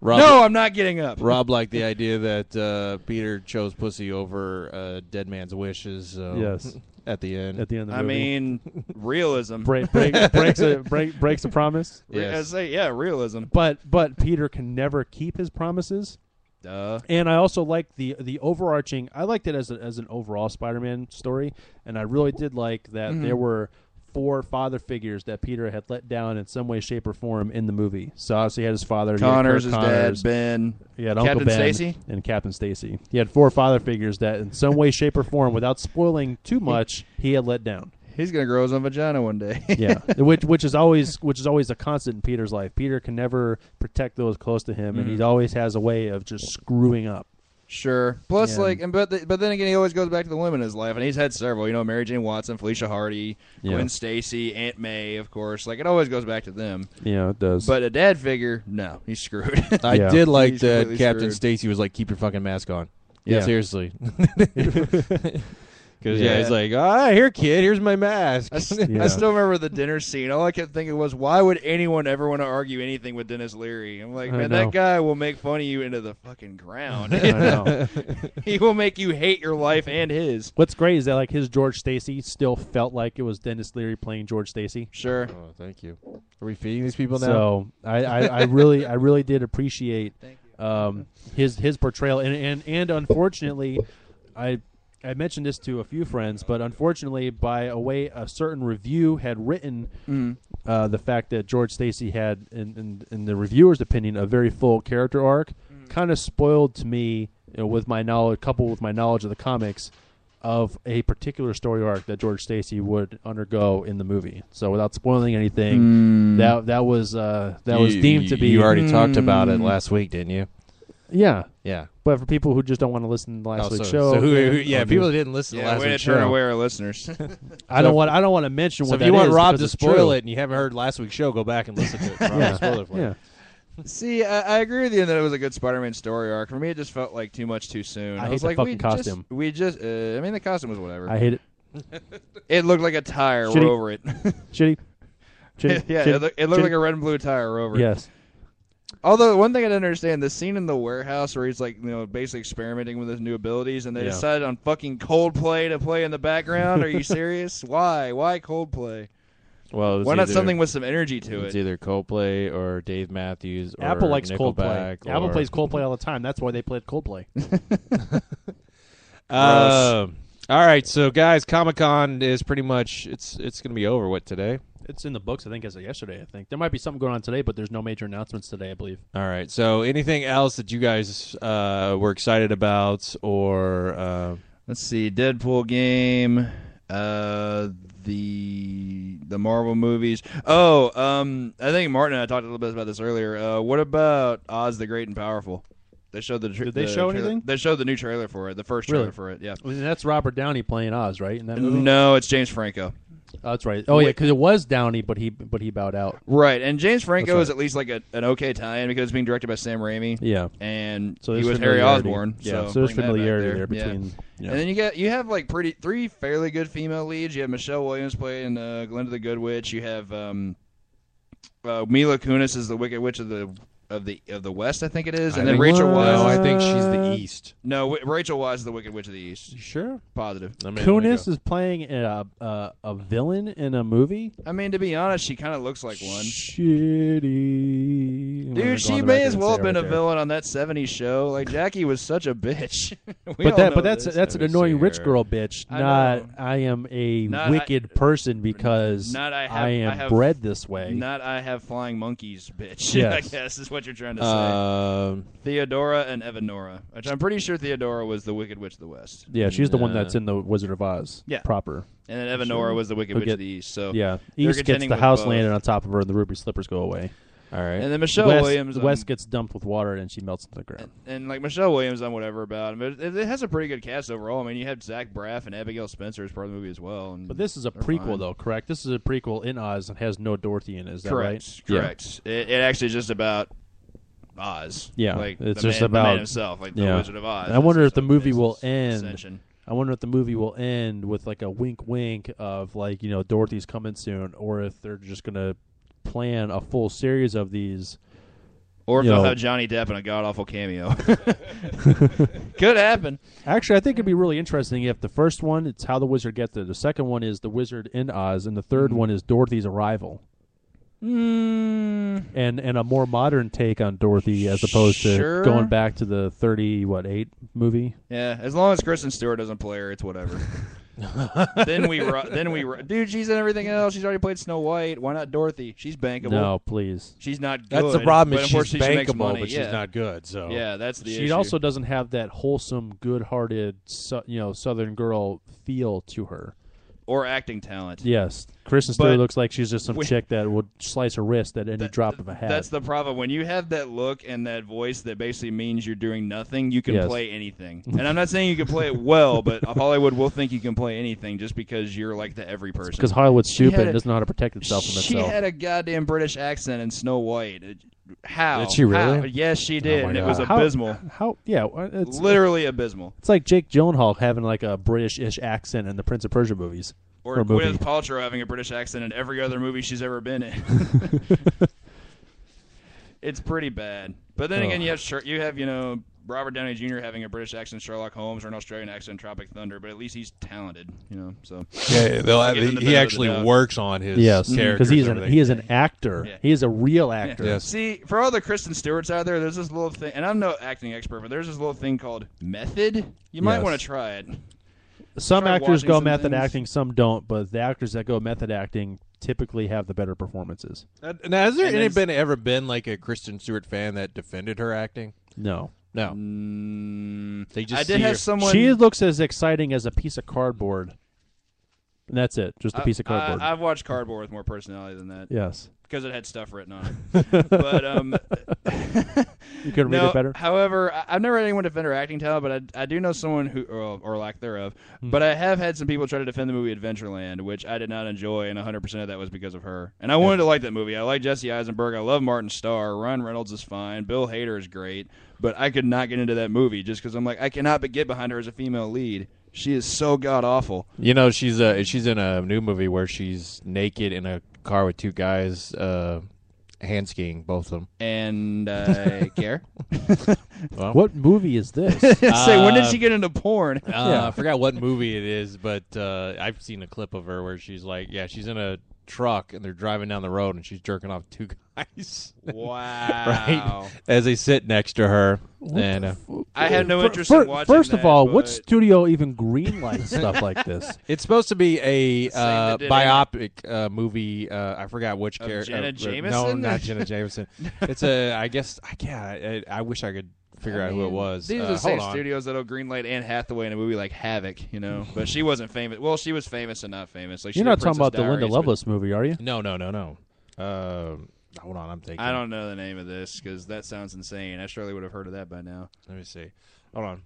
[SPEAKER 3] Rob-
[SPEAKER 5] no, I'm not getting up.
[SPEAKER 3] Rob liked the idea that uh, Peter chose pussy over uh, dead man's wishes. So
[SPEAKER 4] Yes.
[SPEAKER 3] [laughs] at the end.
[SPEAKER 4] At the end of the
[SPEAKER 5] I
[SPEAKER 4] movie.
[SPEAKER 5] mean, realism.
[SPEAKER 4] break, [laughs] break, breaks a break, breaks a promise.
[SPEAKER 5] I say, yeah, realism.
[SPEAKER 4] But but Peter can never keep his promises.
[SPEAKER 5] Duh.
[SPEAKER 4] And I also like the the overarching. I liked it as a, as an overall Spider-Man story, and I really did like that
[SPEAKER 5] Mhm.
[SPEAKER 4] there were four father figures that Peter had let down in some way, shape, or form in the movie. So obviously he had his father,
[SPEAKER 5] Connors,
[SPEAKER 4] he
[SPEAKER 5] his
[SPEAKER 4] had Kirk
[SPEAKER 5] dad,
[SPEAKER 4] Connors,
[SPEAKER 5] Ben,
[SPEAKER 4] he had
[SPEAKER 5] Captain
[SPEAKER 4] Uncle Ben,
[SPEAKER 5] Stacy?
[SPEAKER 4] and Captain Stacy. He had four father figures that, in some way, shape, or form, without spoiling too much, he had let down.
[SPEAKER 5] He's gonna grow his own vagina one day. [laughs]
[SPEAKER 4] yeah, [laughs] which which is always which is always a constant in Peter's life. Peter can never protect those close to him, and
[SPEAKER 5] Mhm.
[SPEAKER 4] he always has a way of just screwing up.
[SPEAKER 5] Sure. Plus,
[SPEAKER 4] And-
[SPEAKER 5] like, and but the, but then again, he always goes back to the women in his life, and he's had several. You know, Mary Jane Watson, Felicia Hardy,
[SPEAKER 4] Yeah.
[SPEAKER 5] Gwen Stacy, Aunt May, of course. Like, it always goes back to them.
[SPEAKER 4] Yeah, it does.
[SPEAKER 5] But a dad figure, no, he's screwed. [laughs]
[SPEAKER 3] I did like
[SPEAKER 5] He's
[SPEAKER 3] that
[SPEAKER 5] completely
[SPEAKER 3] Captain
[SPEAKER 5] screwed.
[SPEAKER 3] Stacy was like, "Keep your fucking mask on."
[SPEAKER 5] Yeah.
[SPEAKER 4] [laughs]
[SPEAKER 3] seriously. [laughs] Because yeah.
[SPEAKER 5] Yeah.
[SPEAKER 3] he's like, "All right, here, kid, here's my mask."
[SPEAKER 5] I, st- I still remember the dinner scene. All I kept thinking was, why would anyone ever want to argue anything with Dennis Leary? I'm like,
[SPEAKER 3] I
[SPEAKER 5] man,
[SPEAKER 3] know.
[SPEAKER 5] that guy will make fun of you into the fucking ground.
[SPEAKER 4] [laughs] I know.
[SPEAKER 5] [laughs] he will make you hate your life and his.
[SPEAKER 4] [laughs] What's great is that like his George Stacy still felt like it was Dennis Leary playing George Stacy.
[SPEAKER 5] Sure.
[SPEAKER 3] Oh, thank you. Are we feeding these people now?
[SPEAKER 4] So I, I, I really I really did appreciate um, his his portrayal and, and and unfortunately I I mentioned this to a few friends, but unfortunately by a way a certain review had written
[SPEAKER 5] Mm.
[SPEAKER 4] uh, the fact that George Stacy had in, in in the reviewer's opinion a very full character arc kind of spoiled to me you know, with my knowledge coupled with my knowledge of the comics of a particular story arc that George Stacy would undergo in the movie. So without spoiling anything,
[SPEAKER 3] Mm.
[SPEAKER 4] that that was uh, that was
[SPEAKER 3] You-
[SPEAKER 4] deemed to be. Mm.
[SPEAKER 3] You already talked about it last week, didn't you?
[SPEAKER 4] Yeah,
[SPEAKER 3] Yeah.
[SPEAKER 4] But for people who just don't want to listen to
[SPEAKER 3] Oh,
[SPEAKER 4] last week's
[SPEAKER 3] so-
[SPEAKER 4] show,
[SPEAKER 3] so who- who- yeah,
[SPEAKER 4] I'll
[SPEAKER 3] people
[SPEAKER 4] do-
[SPEAKER 3] didn't listen to
[SPEAKER 5] Yeah,
[SPEAKER 3] last
[SPEAKER 5] way to
[SPEAKER 3] week's
[SPEAKER 5] turn
[SPEAKER 3] show.
[SPEAKER 5] away our listeners. [laughs]
[SPEAKER 4] I don't want I don't want to mention
[SPEAKER 3] So
[SPEAKER 4] what
[SPEAKER 3] if you
[SPEAKER 4] that
[SPEAKER 3] want
[SPEAKER 4] is
[SPEAKER 3] Rob
[SPEAKER 4] because
[SPEAKER 3] to
[SPEAKER 4] it's
[SPEAKER 3] spoil
[SPEAKER 4] true.
[SPEAKER 3] it and you haven't heard last week's show, go back and listen to
[SPEAKER 4] [laughs]
[SPEAKER 3] it. Rob,
[SPEAKER 4] Yeah.
[SPEAKER 3] spoiler for you.
[SPEAKER 4] Yeah.
[SPEAKER 5] See, I, I agree with you that it was a good Spider-Man story arc. For me, it just felt like too much too soon.
[SPEAKER 4] I
[SPEAKER 5] I,
[SPEAKER 4] hate
[SPEAKER 5] was
[SPEAKER 4] the
[SPEAKER 5] like, we
[SPEAKER 4] fucking costume.
[SPEAKER 5] Just, we just, uh, I mean, the costume was whatever.
[SPEAKER 4] I hate it.
[SPEAKER 5] It looked like a tire.
[SPEAKER 4] Shitty.
[SPEAKER 5] We're over
[SPEAKER 4] [laughs]
[SPEAKER 5] it. [laughs]
[SPEAKER 4] Shitty. Shitty.
[SPEAKER 5] yeah,
[SPEAKER 4] Shitty.
[SPEAKER 5] it, look, it looked
[SPEAKER 4] Shitty.
[SPEAKER 5] like a red and blue tire. We're over it.
[SPEAKER 4] Yes.
[SPEAKER 5] Although one thing I didn't understand, the scene in the warehouse where he's like, you know, basically experimenting with his new abilities, and they
[SPEAKER 4] Yeah.
[SPEAKER 5] decided on fucking Coldplay to play in the background.
[SPEAKER 4] [laughs]
[SPEAKER 5] Are you serious? Why? Why Coldplay?
[SPEAKER 3] Well, it was
[SPEAKER 5] Why not
[SPEAKER 3] either-
[SPEAKER 5] something with some energy to
[SPEAKER 3] It's
[SPEAKER 5] it?
[SPEAKER 3] either Coldplay or Dave Matthews. Or
[SPEAKER 4] Apple likes
[SPEAKER 3] Nickelback
[SPEAKER 4] Coldplay. Apple
[SPEAKER 3] or-
[SPEAKER 4] plays Coldplay all the time. That's why they played Coldplay.
[SPEAKER 3] Um, all right, so guys, Comic Con is pretty much it's it's gonna be over. What today?
[SPEAKER 4] it's in the books, I think, as of yesterday. I think there might be something going on today, but there's no major announcements today. I believe.
[SPEAKER 3] All right. So anything else that you guys uh, were excited about or uh,
[SPEAKER 5] Let's see, Deadpool game, uh, the the Marvel movies. Oh, um, I think Martin and I talked a little bit about this earlier. Uh, what about Oz the Great and Powerful? They showed the. Tra-
[SPEAKER 4] Did they
[SPEAKER 5] the
[SPEAKER 4] show
[SPEAKER 5] trailer-
[SPEAKER 4] anything?
[SPEAKER 5] They showed the new trailer for it, the first trailer
[SPEAKER 4] Really?
[SPEAKER 5] for it. Yeah.
[SPEAKER 4] I mean, that's Robert Downey playing Oz, right? In that movie.
[SPEAKER 5] No, it's James Franco.
[SPEAKER 4] Oh, that's right. Oh yeah, because it was Downey, but he but he bowed out.
[SPEAKER 5] Right, and James Franco
[SPEAKER 4] That's right.
[SPEAKER 5] is at least like a, an okay tie-in because it's being directed by Sam Raimi.
[SPEAKER 4] Yeah.
[SPEAKER 5] and
[SPEAKER 4] So
[SPEAKER 5] he
[SPEAKER 4] there's
[SPEAKER 5] was Harry
[SPEAKER 4] familiarity.
[SPEAKER 5] Osborn.
[SPEAKER 4] Yeah,
[SPEAKER 5] so,
[SPEAKER 4] so there's
[SPEAKER 5] bring that back
[SPEAKER 4] familiarity there
[SPEAKER 5] Yeah.
[SPEAKER 4] between- yeah.
[SPEAKER 5] And then you got you have like pretty three fairly good female leads. You have Michelle Williams playing uh, Glinda the Good Witch. You have um, uh, Mila Kunis is the Wicked Witch of the of the of the West, I think it is,
[SPEAKER 3] I
[SPEAKER 5] and then
[SPEAKER 3] think-
[SPEAKER 5] Rachel
[SPEAKER 3] No,
[SPEAKER 5] Wise.
[SPEAKER 3] I think she's the East.
[SPEAKER 5] No, w- Rachel Wise is the Wicked Witch of the East. You
[SPEAKER 3] sure?
[SPEAKER 5] Positive.
[SPEAKER 3] I mean,
[SPEAKER 4] Kunis is playing a, a a villain in a movie.
[SPEAKER 5] I mean, to be honest, she kind of looks like one.
[SPEAKER 4] Shitty. I'm gonna go
[SPEAKER 5] Dude, she
[SPEAKER 4] on the
[SPEAKER 5] may
[SPEAKER 4] record
[SPEAKER 5] as
[SPEAKER 4] and
[SPEAKER 5] well
[SPEAKER 4] say
[SPEAKER 5] have
[SPEAKER 4] it
[SPEAKER 5] been
[SPEAKER 4] right
[SPEAKER 5] a
[SPEAKER 4] there.
[SPEAKER 5] villain on that '70s show. Like Jackie was such a bitch. [laughs] We all
[SPEAKER 4] But that,
[SPEAKER 5] know
[SPEAKER 4] but that's
[SPEAKER 5] this.
[SPEAKER 4] that's an annoying rich girl bitch.
[SPEAKER 5] I
[SPEAKER 4] not I am a
[SPEAKER 5] Not I-
[SPEAKER 4] wicked person because
[SPEAKER 5] Not I, have,
[SPEAKER 4] am
[SPEAKER 5] I have-
[SPEAKER 4] bred this way.
[SPEAKER 5] Not I have flying monkeys, bitch. [laughs]
[SPEAKER 4] Yes. Uh,
[SPEAKER 5] I guess is what you're trying to say.
[SPEAKER 3] Um,
[SPEAKER 5] Theodora and Evanora, which I'm pretty sure Theodora was the Wicked Witch of the West.
[SPEAKER 4] yeah, she's the one
[SPEAKER 3] Nah.
[SPEAKER 4] that's in the Wizard of Oz.
[SPEAKER 5] Yeah.
[SPEAKER 4] proper.
[SPEAKER 5] And then Evanora was the Wicked
[SPEAKER 4] Who
[SPEAKER 5] Witch of the East, so
[SPEAKER 4] yeah,
[SPEAKER 5] they're
[SPEAKER 4] East gets
[SPEAKER 5] contending
[SPEAKER 4] the
[SPEAKER 5] with
[SPEAKER 4] house
[SPEAKER 5] both.
[SPEAKER 4] landed on top of her, and the ruby slippers go away.
[SPEAKER 3] All right,
[SPEAKER 5] And then Michelle
[SPEAKER 4] West,
[SPEAKER 5] Williams,
[SPEAKER 4] West
[SPEAKER 5] um,
[SPEAKER 4] gets dumped with water, and she melts into the ground.
[SPEAKER 5] and like Michelle Williams, I'm whatever about him. It, it has a pretty good cast overall. I mean, you have Zach Braff and Abigail Spencer as part of the movie as well. And
[SPEAKER 4] But this is a
[SPEAKER 5] they're
[SPEAKER 4] prequel,
[SPEAKER 5] fine.
[SPEAKER 4] though, correct? This is a prequel in Oz and has no Dorothy in it. Is that
[SPEAKER 5] Correct.
[SPEAKER 4] right?
[SPEAKER 5] Correct. It, it actually is just about Oz.
[SPEAKER 4] Yeah,
[SPEAKER 5] Like
[SPEAKER 4] it's
[SPEAKER 5] the
[SPEAKER 4] just
[SPEAKER 5] man, the
[SPEAKER 4] about
[SPEAKER 5] man himself, like
[SPEAKER 4] yeah.
[SPEAKER 5] the Wizard of Oz.
[SPEAKER 4] And I wonder
[SPEAKER 5] It's
[SPEAKER 4] if the
[SPEAKER 5] just
[SPEAKER 4] movie
[SPEAKER 5] his
[SPEAKER 4] will end.
[SPEAKER 5] ascension.
[SPEAKER 4] I wonder if the movie will end with like a wink, wink of like you know Dorothy's coming soon, or if they're just gonna plan a full series of these.
[SPEAKER 5] Or if
[SPEAKER 4] you
[SPEAKER 5] they'll
[SPEAKER 4] know.
[SPEAKER 5] have Johnny Depp in a god awful
[SPEAKER 4] [laughs]
[SPEAKER 5] cameo. [laughs] Could happen.
[SPEAKER 4] Actually, I think it'd be really interesting if the first one it's how the wizard gets there, the second one is the wizard in Oz, and the 3rd one is Dorothy's arrival,
[SPEAKER 5] Mm,
[SPEAKER 4] and and a more modern take on Dorothy as opposed
[SPEAKER 5] Sure.
[SPEAKER 4] to going back to the thirty what eight movie.
[SPEAKER 5] yeah, as long as Kristen Stewart doesn't play her,
[SPEAKER 3] [laughs]
[SPEAKER 5] it's whatever. then we, ru- then we, ru- dude, she's in everything else. She's already played Snow White. Why not Dorothy? She's bankable.
[SPEAKER 4] No, please.
[SPEAKER 5] she's not. Good,
[SPEAKER 3] That's the problem
[SPEAKER 5] But
[SPEAKER 3] is she's
[SPEAKER 5] unfortunately she makes
[SPEAKER 3] bankable,
[SPEAKER 5] money.
[SPEAKER 3] but she's
[SPEAKER 5] Yeah.
[SPEAKER 3] not good, so.
[SPEAKER 5] yeah, that's the.
[SPEAKER 4] she
[SPEAKER 5] issue.
[SPEAKER 4] also doesn't have that wholesome, good-hearted, su- you know, Southern girl feel to her.
[SPEAKER 5] or acting talent.
[SPEAKER 4] Yes, Kristen Stewart
[SPEAKER 5] But
[SPEAKER 4] looks like she's just some
[SPEAKER 5] when-
[SPEAKER 4] chick that would slice her wrist at any drop of a hat.
[SPEAKER 5] That's the problem. When you have that look and that voice that basically means you're doing nothing, you can
[SPEAKER 4] Yes.
[SPEAKER 5] play anything. And I'm not saying you can play it
[SPEAKER 3] [laughs]
[SPEAKER 5] well, but Hollywood will think you can play anything just because you're like the every person.
[SPEAKER 4] because Hollywood's
[SPEAKER 5] She had
[SPEAKER 4] stupid
[SPEAKER 5] a-
[SPEAKER 4] and doesn't know how to protect itself from
[SPEAKER 5] She
[SPEAKER 4] itself.
[SPEAKER 5] had a goddamn British accent in Snow White. It- How?
[SPEAKER 4] Did she really? Oh
[SPEAKER 5] How? Yes, she did.
[SPEAKER 4] my
[SPEAKER 5] and it
[SPEAKER 4] God.
[SPEAKER 5] was
[SPEAKER 4] How-
[SPEAKER 5] abysmal.
[SPEAKER 4] how- yeah, wha- it's-
[SPEAKER 5] literally abysmal.
[SPEAKER 4] it's like Jake Gyllenhaal having like a British-ish accent in the Prince of Persia movies
[SPEAKER 5] Or
[SPEAKER 4] movie.
[SPEAKER 5] Gwyneth Paltrow having a British accent in every other movie she's ever been
[SPEAKER 4] [laughs]
[SPEAKER 5] in. it's pretty bad. But then
[SPEAKER 4] Ugh.
[SPEAKER 5] again, you have Sher- you have you know Robert Downey Jr. having a British accent, in Sherlock Holmes, or an Australian accent, in Tropic Thunder. But at least he's talented, you know. So
[SPEAKER 3] Yeah, they'll
[SPEAKER 5] I'll
[SPEAKER 3] have-
[SPEAKER 5] give him the
[SPEAKER 3] he
[SPEAKER 5] benefit of the
[SPEAKER 3] actually
[SPEAKER 5] doubt.
[SPEAKER 3] works on his
[SPEAKER 4] yes,
[SPEAKER 3] characters
[SPEAKER 4] Mm-hmm. he's
[SPEAKER 3] and
[SPEAKER 4] an
[SPEAKER 3] everything.
[SPEAKER 4] he is an actor. He is a real actor.
[SPEAKER 5] Yeah. See, for all the Kristen Stewarts out there, there's this little thing, and I'm no acting expert, but there's this little thing called method. You might
[SPEAKER 4] Yes.
[SPEAKER 5] want to try it.
[SPEAKER 4] Some
[SPEAKER 5] Try
[SPEAKER 4] actors
[SPEAKER 5] watching
[SPEAKER 4] go
[SPEAKER 5] some
[SPEAKER 4] method
[SPEAKER 5] things.
[SPEAKER 4] acting, some don't. But the actors that go method acting typically have the better performances.
[SPEAKER 3] Uh, Now, has there
[SPEAKER 5] And
[SPEAKER 3] any
[SPEAKER 5] then-
[SPEAKER 3] been ever been like a Kristen Stewart fan that defended her acting? Mm.
[SPEAKER 4] No.
[SPEAKER 3] no. they just
[SPEAKER 5] Mm, I did
[SPEAKER 3] see
[SPEAKER 5] have
[SPEAKER 3] her-
[SPEAKER 5] someone.
[SPEAKER 4] She looks as exciting as a piece of cardboard. And that's it, just a piece
[SPEAKER 5] I-
[SPEAKER 4] of cardboard.
[SPEAKER 5] I, have watched cardboard with more personality than that.
[SPEAKER 4] Yes.
[SPEAKER 5] because it had stuff written on it.
[SPEAKER 4] [laughs]
[SPEAKER 5] but um,
[SPEAKER 4] You couldn't read
[SPEAKER 5] no,
[SPEAKER 4] it better?
[SPEAKER 5] However, I, I've never had anyone defend her acting talent, but I, I do know someone who, or, or lack thereof. But I have had some people try to defend the movie Adventureland, which I did not enjoy, and 100 percent of that was because of her. And I wanted to like that movie. I like Jesse Eisenberg. I love Martin Starr. Ryan Reynolds is fine. Bill Hader is great. But I could not get into that movie just because I'm like, I cannot but get behind her as a female lead. She is so god awful.
[SPEAKER 3] You know, she's uh, she's in a new movie where she's naked in a car with two guys, uh, hand skiing, both of them.
[SPEAKER 5] And I [laughs] care.
[SPEAKER 3] Well,
[SPEAKER 4] What movie is this?
[SPEAKER 5] Say, when did
[SPEAKER 3] Uh,
[SPEAKER 5] she get into porn?
[SPEAKER 3] Uh, I forgot what movie it is, but uh, I've seen a clip of her where she's like, yeah, she's in a truck and they're driving down the road and she's jerking off two [laughs] guys.
[SPEAKER 5] [laughs] Wow. [laughs]
[SPEAKER 3] right? As they sit next to her.
[SPEAKER 4] What
[SPEAKER 3] and
[SPEAKER 4] the
[SPEAKER 3] uh,
[SPEAKER 5] [laughs] I had no
[SPEAKER 4] Fir-
[SPEAKER 5] interest
[SPEAKER 4] fir-
[SPEAKER 5] in watching
[SPEAKER 4] First of
[SPEAKER 5] that,
[SPEAKER 4] all,
[SPEAKER 5] but-
[SPEAKER 4] what studio even greenlights stuff like
[SPEAKER 5] [laughs]
[SPEAKER 4] this?
[SPEAKER 3] It's supposed to be a
[SPEAKER 5] same that
[SPEAKER 3] uh,
[SPEAKER 5] did
[SPEAKER 3] biopic uh, movie. Uh, I forgot which
[SPEAKER 5] Of
[SPEAKER 3] character.
[SPEAKER 5] Jenna
[SPEAKER 3] uh, No,
[SPEAKER 5] Jameson? [laughs]
[SPEAKER 3] not Jenna Jameson. it's a. I guess I can't. I, I wish I could figure out who it was.
[SPEAKER 5] These
[SPEAKER 3] Uh,
[SPEAKER 5] are the same
[SPEAKER 3] hold on.
[SPEAKER 5] studios that'll greenlight Anne Hathaway in a movie like Havoc,
[SPEAKER 3] [laughs]
[SPEAKER 5] you know. But she wasn't famous. Well, she was famous and not famous. Like she
[SPEAKER 4] You're
[SPEAKER 5] did
[SPEAKER 4] not talking
[SPEAKER 5] Princess
[SPEAKER 4] about the Linda
[SPEAKER 5] Diaries, but-
[SPEAKER 4] Lovelace movie, are you?
[SPEAKER 3] No, no, no, no. Um, hold on, I'm thinking.
[SPEAKER 5] I don't know the name of this because that sounds insane. I surely would have heard of that by now.
[SPEAKER 3] Let me see. Hold on.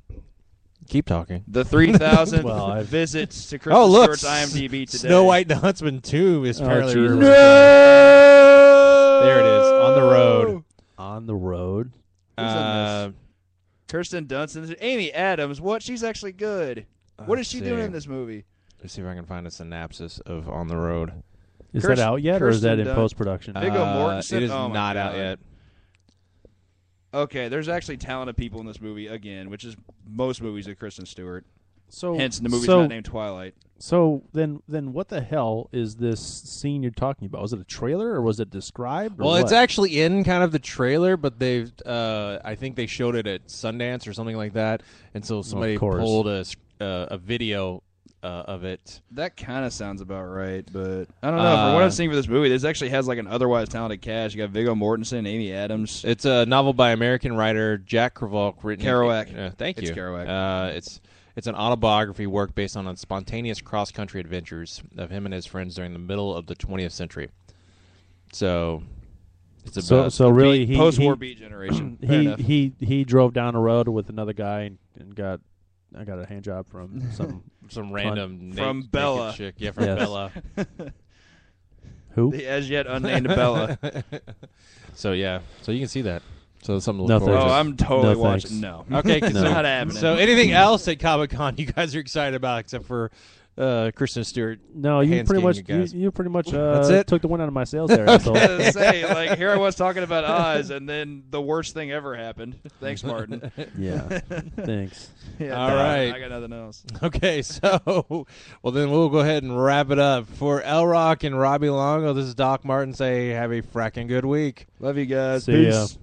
[SPEAKER 3] Keep talking.
[SPEAKER 5] The
[SPEAKER 3] [laughs]
[SPEAKER 5] three thousand
[SPEAKER 4] Well, I've-
[SPEAKER 5] visits to Kristen
[SPEAKER 3] Oh look,
[SPEAKER 5] Stewart's IMDb today.
[SPEAKER 3] Snow White and the Huntsman Two is
[SPEAKER 4] Oh,
[SPEAKER 3] apparently.
[SPEAKER 4] Jesus.
[SPEAKER 3] reversed. There it is on the road.
[SPEAKER 4] On the road.
[SPEAKER 5] Who's
[SPEAKER 3] Uh,
[SPEAKER 5] in Kirsten Dunst, Amy Adams. What? She's actually good. What is
[SPEAKER 3] Let's
[SPEAKER 5] she doing
[SPEAKER 3] see.
[SPEAKER 5] in this movie?
[SPEAKER 3] Let's see if I can find a synopsis of On the Road.
[SPEAKER 4] Is
[SPEAKER 5] Kirst-
[SPEAKER 4] that out yet, or is that
[SPEAKER 5] Kirsten
[SPEAKER 4] in
[SPEAKER 5] Dunst.
[SPEAKER 4] post production?
[SPEAKER 5] Viggo
[SPEAKER 3] Uh,
[SPEAKER 5] Mortensen?
[SPEAKER 3] it is
[SPEAKER 5] Oh, my
[SPEAKER 3] not out
[SPEAKER 5] God.
[SPEAKER 3] yet.
[SPEAKER 5] Okay, there's actually talented people in this movie again, which is most movies of Kristen Stewart.
[SPEAKER 4] so,
[SPEAKER 5] Hence, the movie's
[SPEAKER 4] so,
[SPEAKER 5] not named Twilight.
[SPEAKER 4] So then, then what the hell is this scene you're talking about? Was it a trailer, or was it described? or
[SPEAKER 3] Well, it's
[SPEAKER 4] what?
[SPEAKER 3] actually in kind of the trailer, but they've uh, I think they showed it at Sundance or something like that, and so somebody
[SPEAKER 4] course.
[SPEAKER 3] pulled a s- uh, a video uh, of it.
[SPEAKER 5] That kind of sounds about right, but I don't know. From what
[SPEAKER 3] Uh,
[SPEAKER 5] I'm seeing for this movie, this actually has like an otherwise talented cast. You got Viggo Mortensen, Amy Adams.
[SPEAKER 3] It's a novel by American writer Jack Kerouac, written
[SPEAKER 5] Kerouac.
[SPEAKER 3] Uh, thank
[SPEAKER 5] It's
[SPEAKER 3] you,
[SPEAKER 5] Kerouac.
[SPEAKER 3] Uh, it's it's an autobiography work based on spontaneous cross country adventures of him and his friends during the middle of the 20th century. So it's about
[SPEAKER 4] so so really he
[SPEAKER 5] Uh, Post-war
[SPEAKER 4] [clears throat] he,
[SPEAKER 5] B generation. [clears throat] Fair
[SPEAKER 4] he,
[SPEAKER 5] enough.
[SPEAKER 4] he he drove down a road with another guy and, and got I got a hand job
[SPEAKER 5] [laughs]
[SPEAKER 4] from some
[SPEAKER 3] some random na-
[SPEAKER 5] From
[SPEAKER 3] naked
[SPEAKER 5] Bella.
[SPEAKER 3] chick. yeah, from
[SPEAKER 4] Yes.
[SPEAKER 3] Bella.
[SPEAKER 4] who
[SPEAKER 5] the as yet unnamed Bella.
[SPEAKER 3] So yeah, so you can see that. So that's something to
[SPEAKER 4] No,
[SPEAKER 3] look forward
[SPEAKER 5] [laughs] Oh,
[SPEAKER 4] thanks.
[SPEAKER 3] to.
[SPEAKER 5] I'm totally
[SPEAKER 4] No, thanks.
[SPEAKER 5] watching. [laughs] No.
[SPEAKER 3] Okay,
[SPEAKER 5] It's
[SPEAKER 3] so,
[SPEAKER 5] not happening. [laughs]
[SPEAKER 3] so anything else at Comic Con you guys are excited about except for uh, Kristen Stewart? [laughs]
[SPEAKER 4] No, you
[SPEAKER 3] hand
[SPEAKER 4] pretty
[SPEAKER 3] skiing,
[SPEAKER 4] much
[SPEAKER 3] you
[SPEAKER 4] you,
[SPEAKER 3] guys.
[SPEAKER 4] you pretty much uh,
[SPEAKER 3] That's it?
[SPEAKER 4] took the wind out of my
[SPEAKER 5] [laughs]
[SPEAKER 4] sails there. asshole.
[SPEAKER 5] I was gonna say, [laughs] like, here I was talking about Oz, and then the worst thing ever happened. Thanks, Martin.
[SPEAKER 4] Yeah, thanks.
[SPEAKER 5] [laughs] Yeah,
[SPEAKER 3] All
[SPEAKER 5] no,
[SPEAKER 3] right.
[SPEAKER 5] I got nothing else.
[SPEAKER 3] Okay, so well then we'll go ahead and wrap it up for El Rock and Robbie Longo. This is Doc Martin. Say have a fracking good week.
[SPEAKER 5] Love you guys.
[SPEAKER 4] See ya.
[SPEAKER 5] Peace.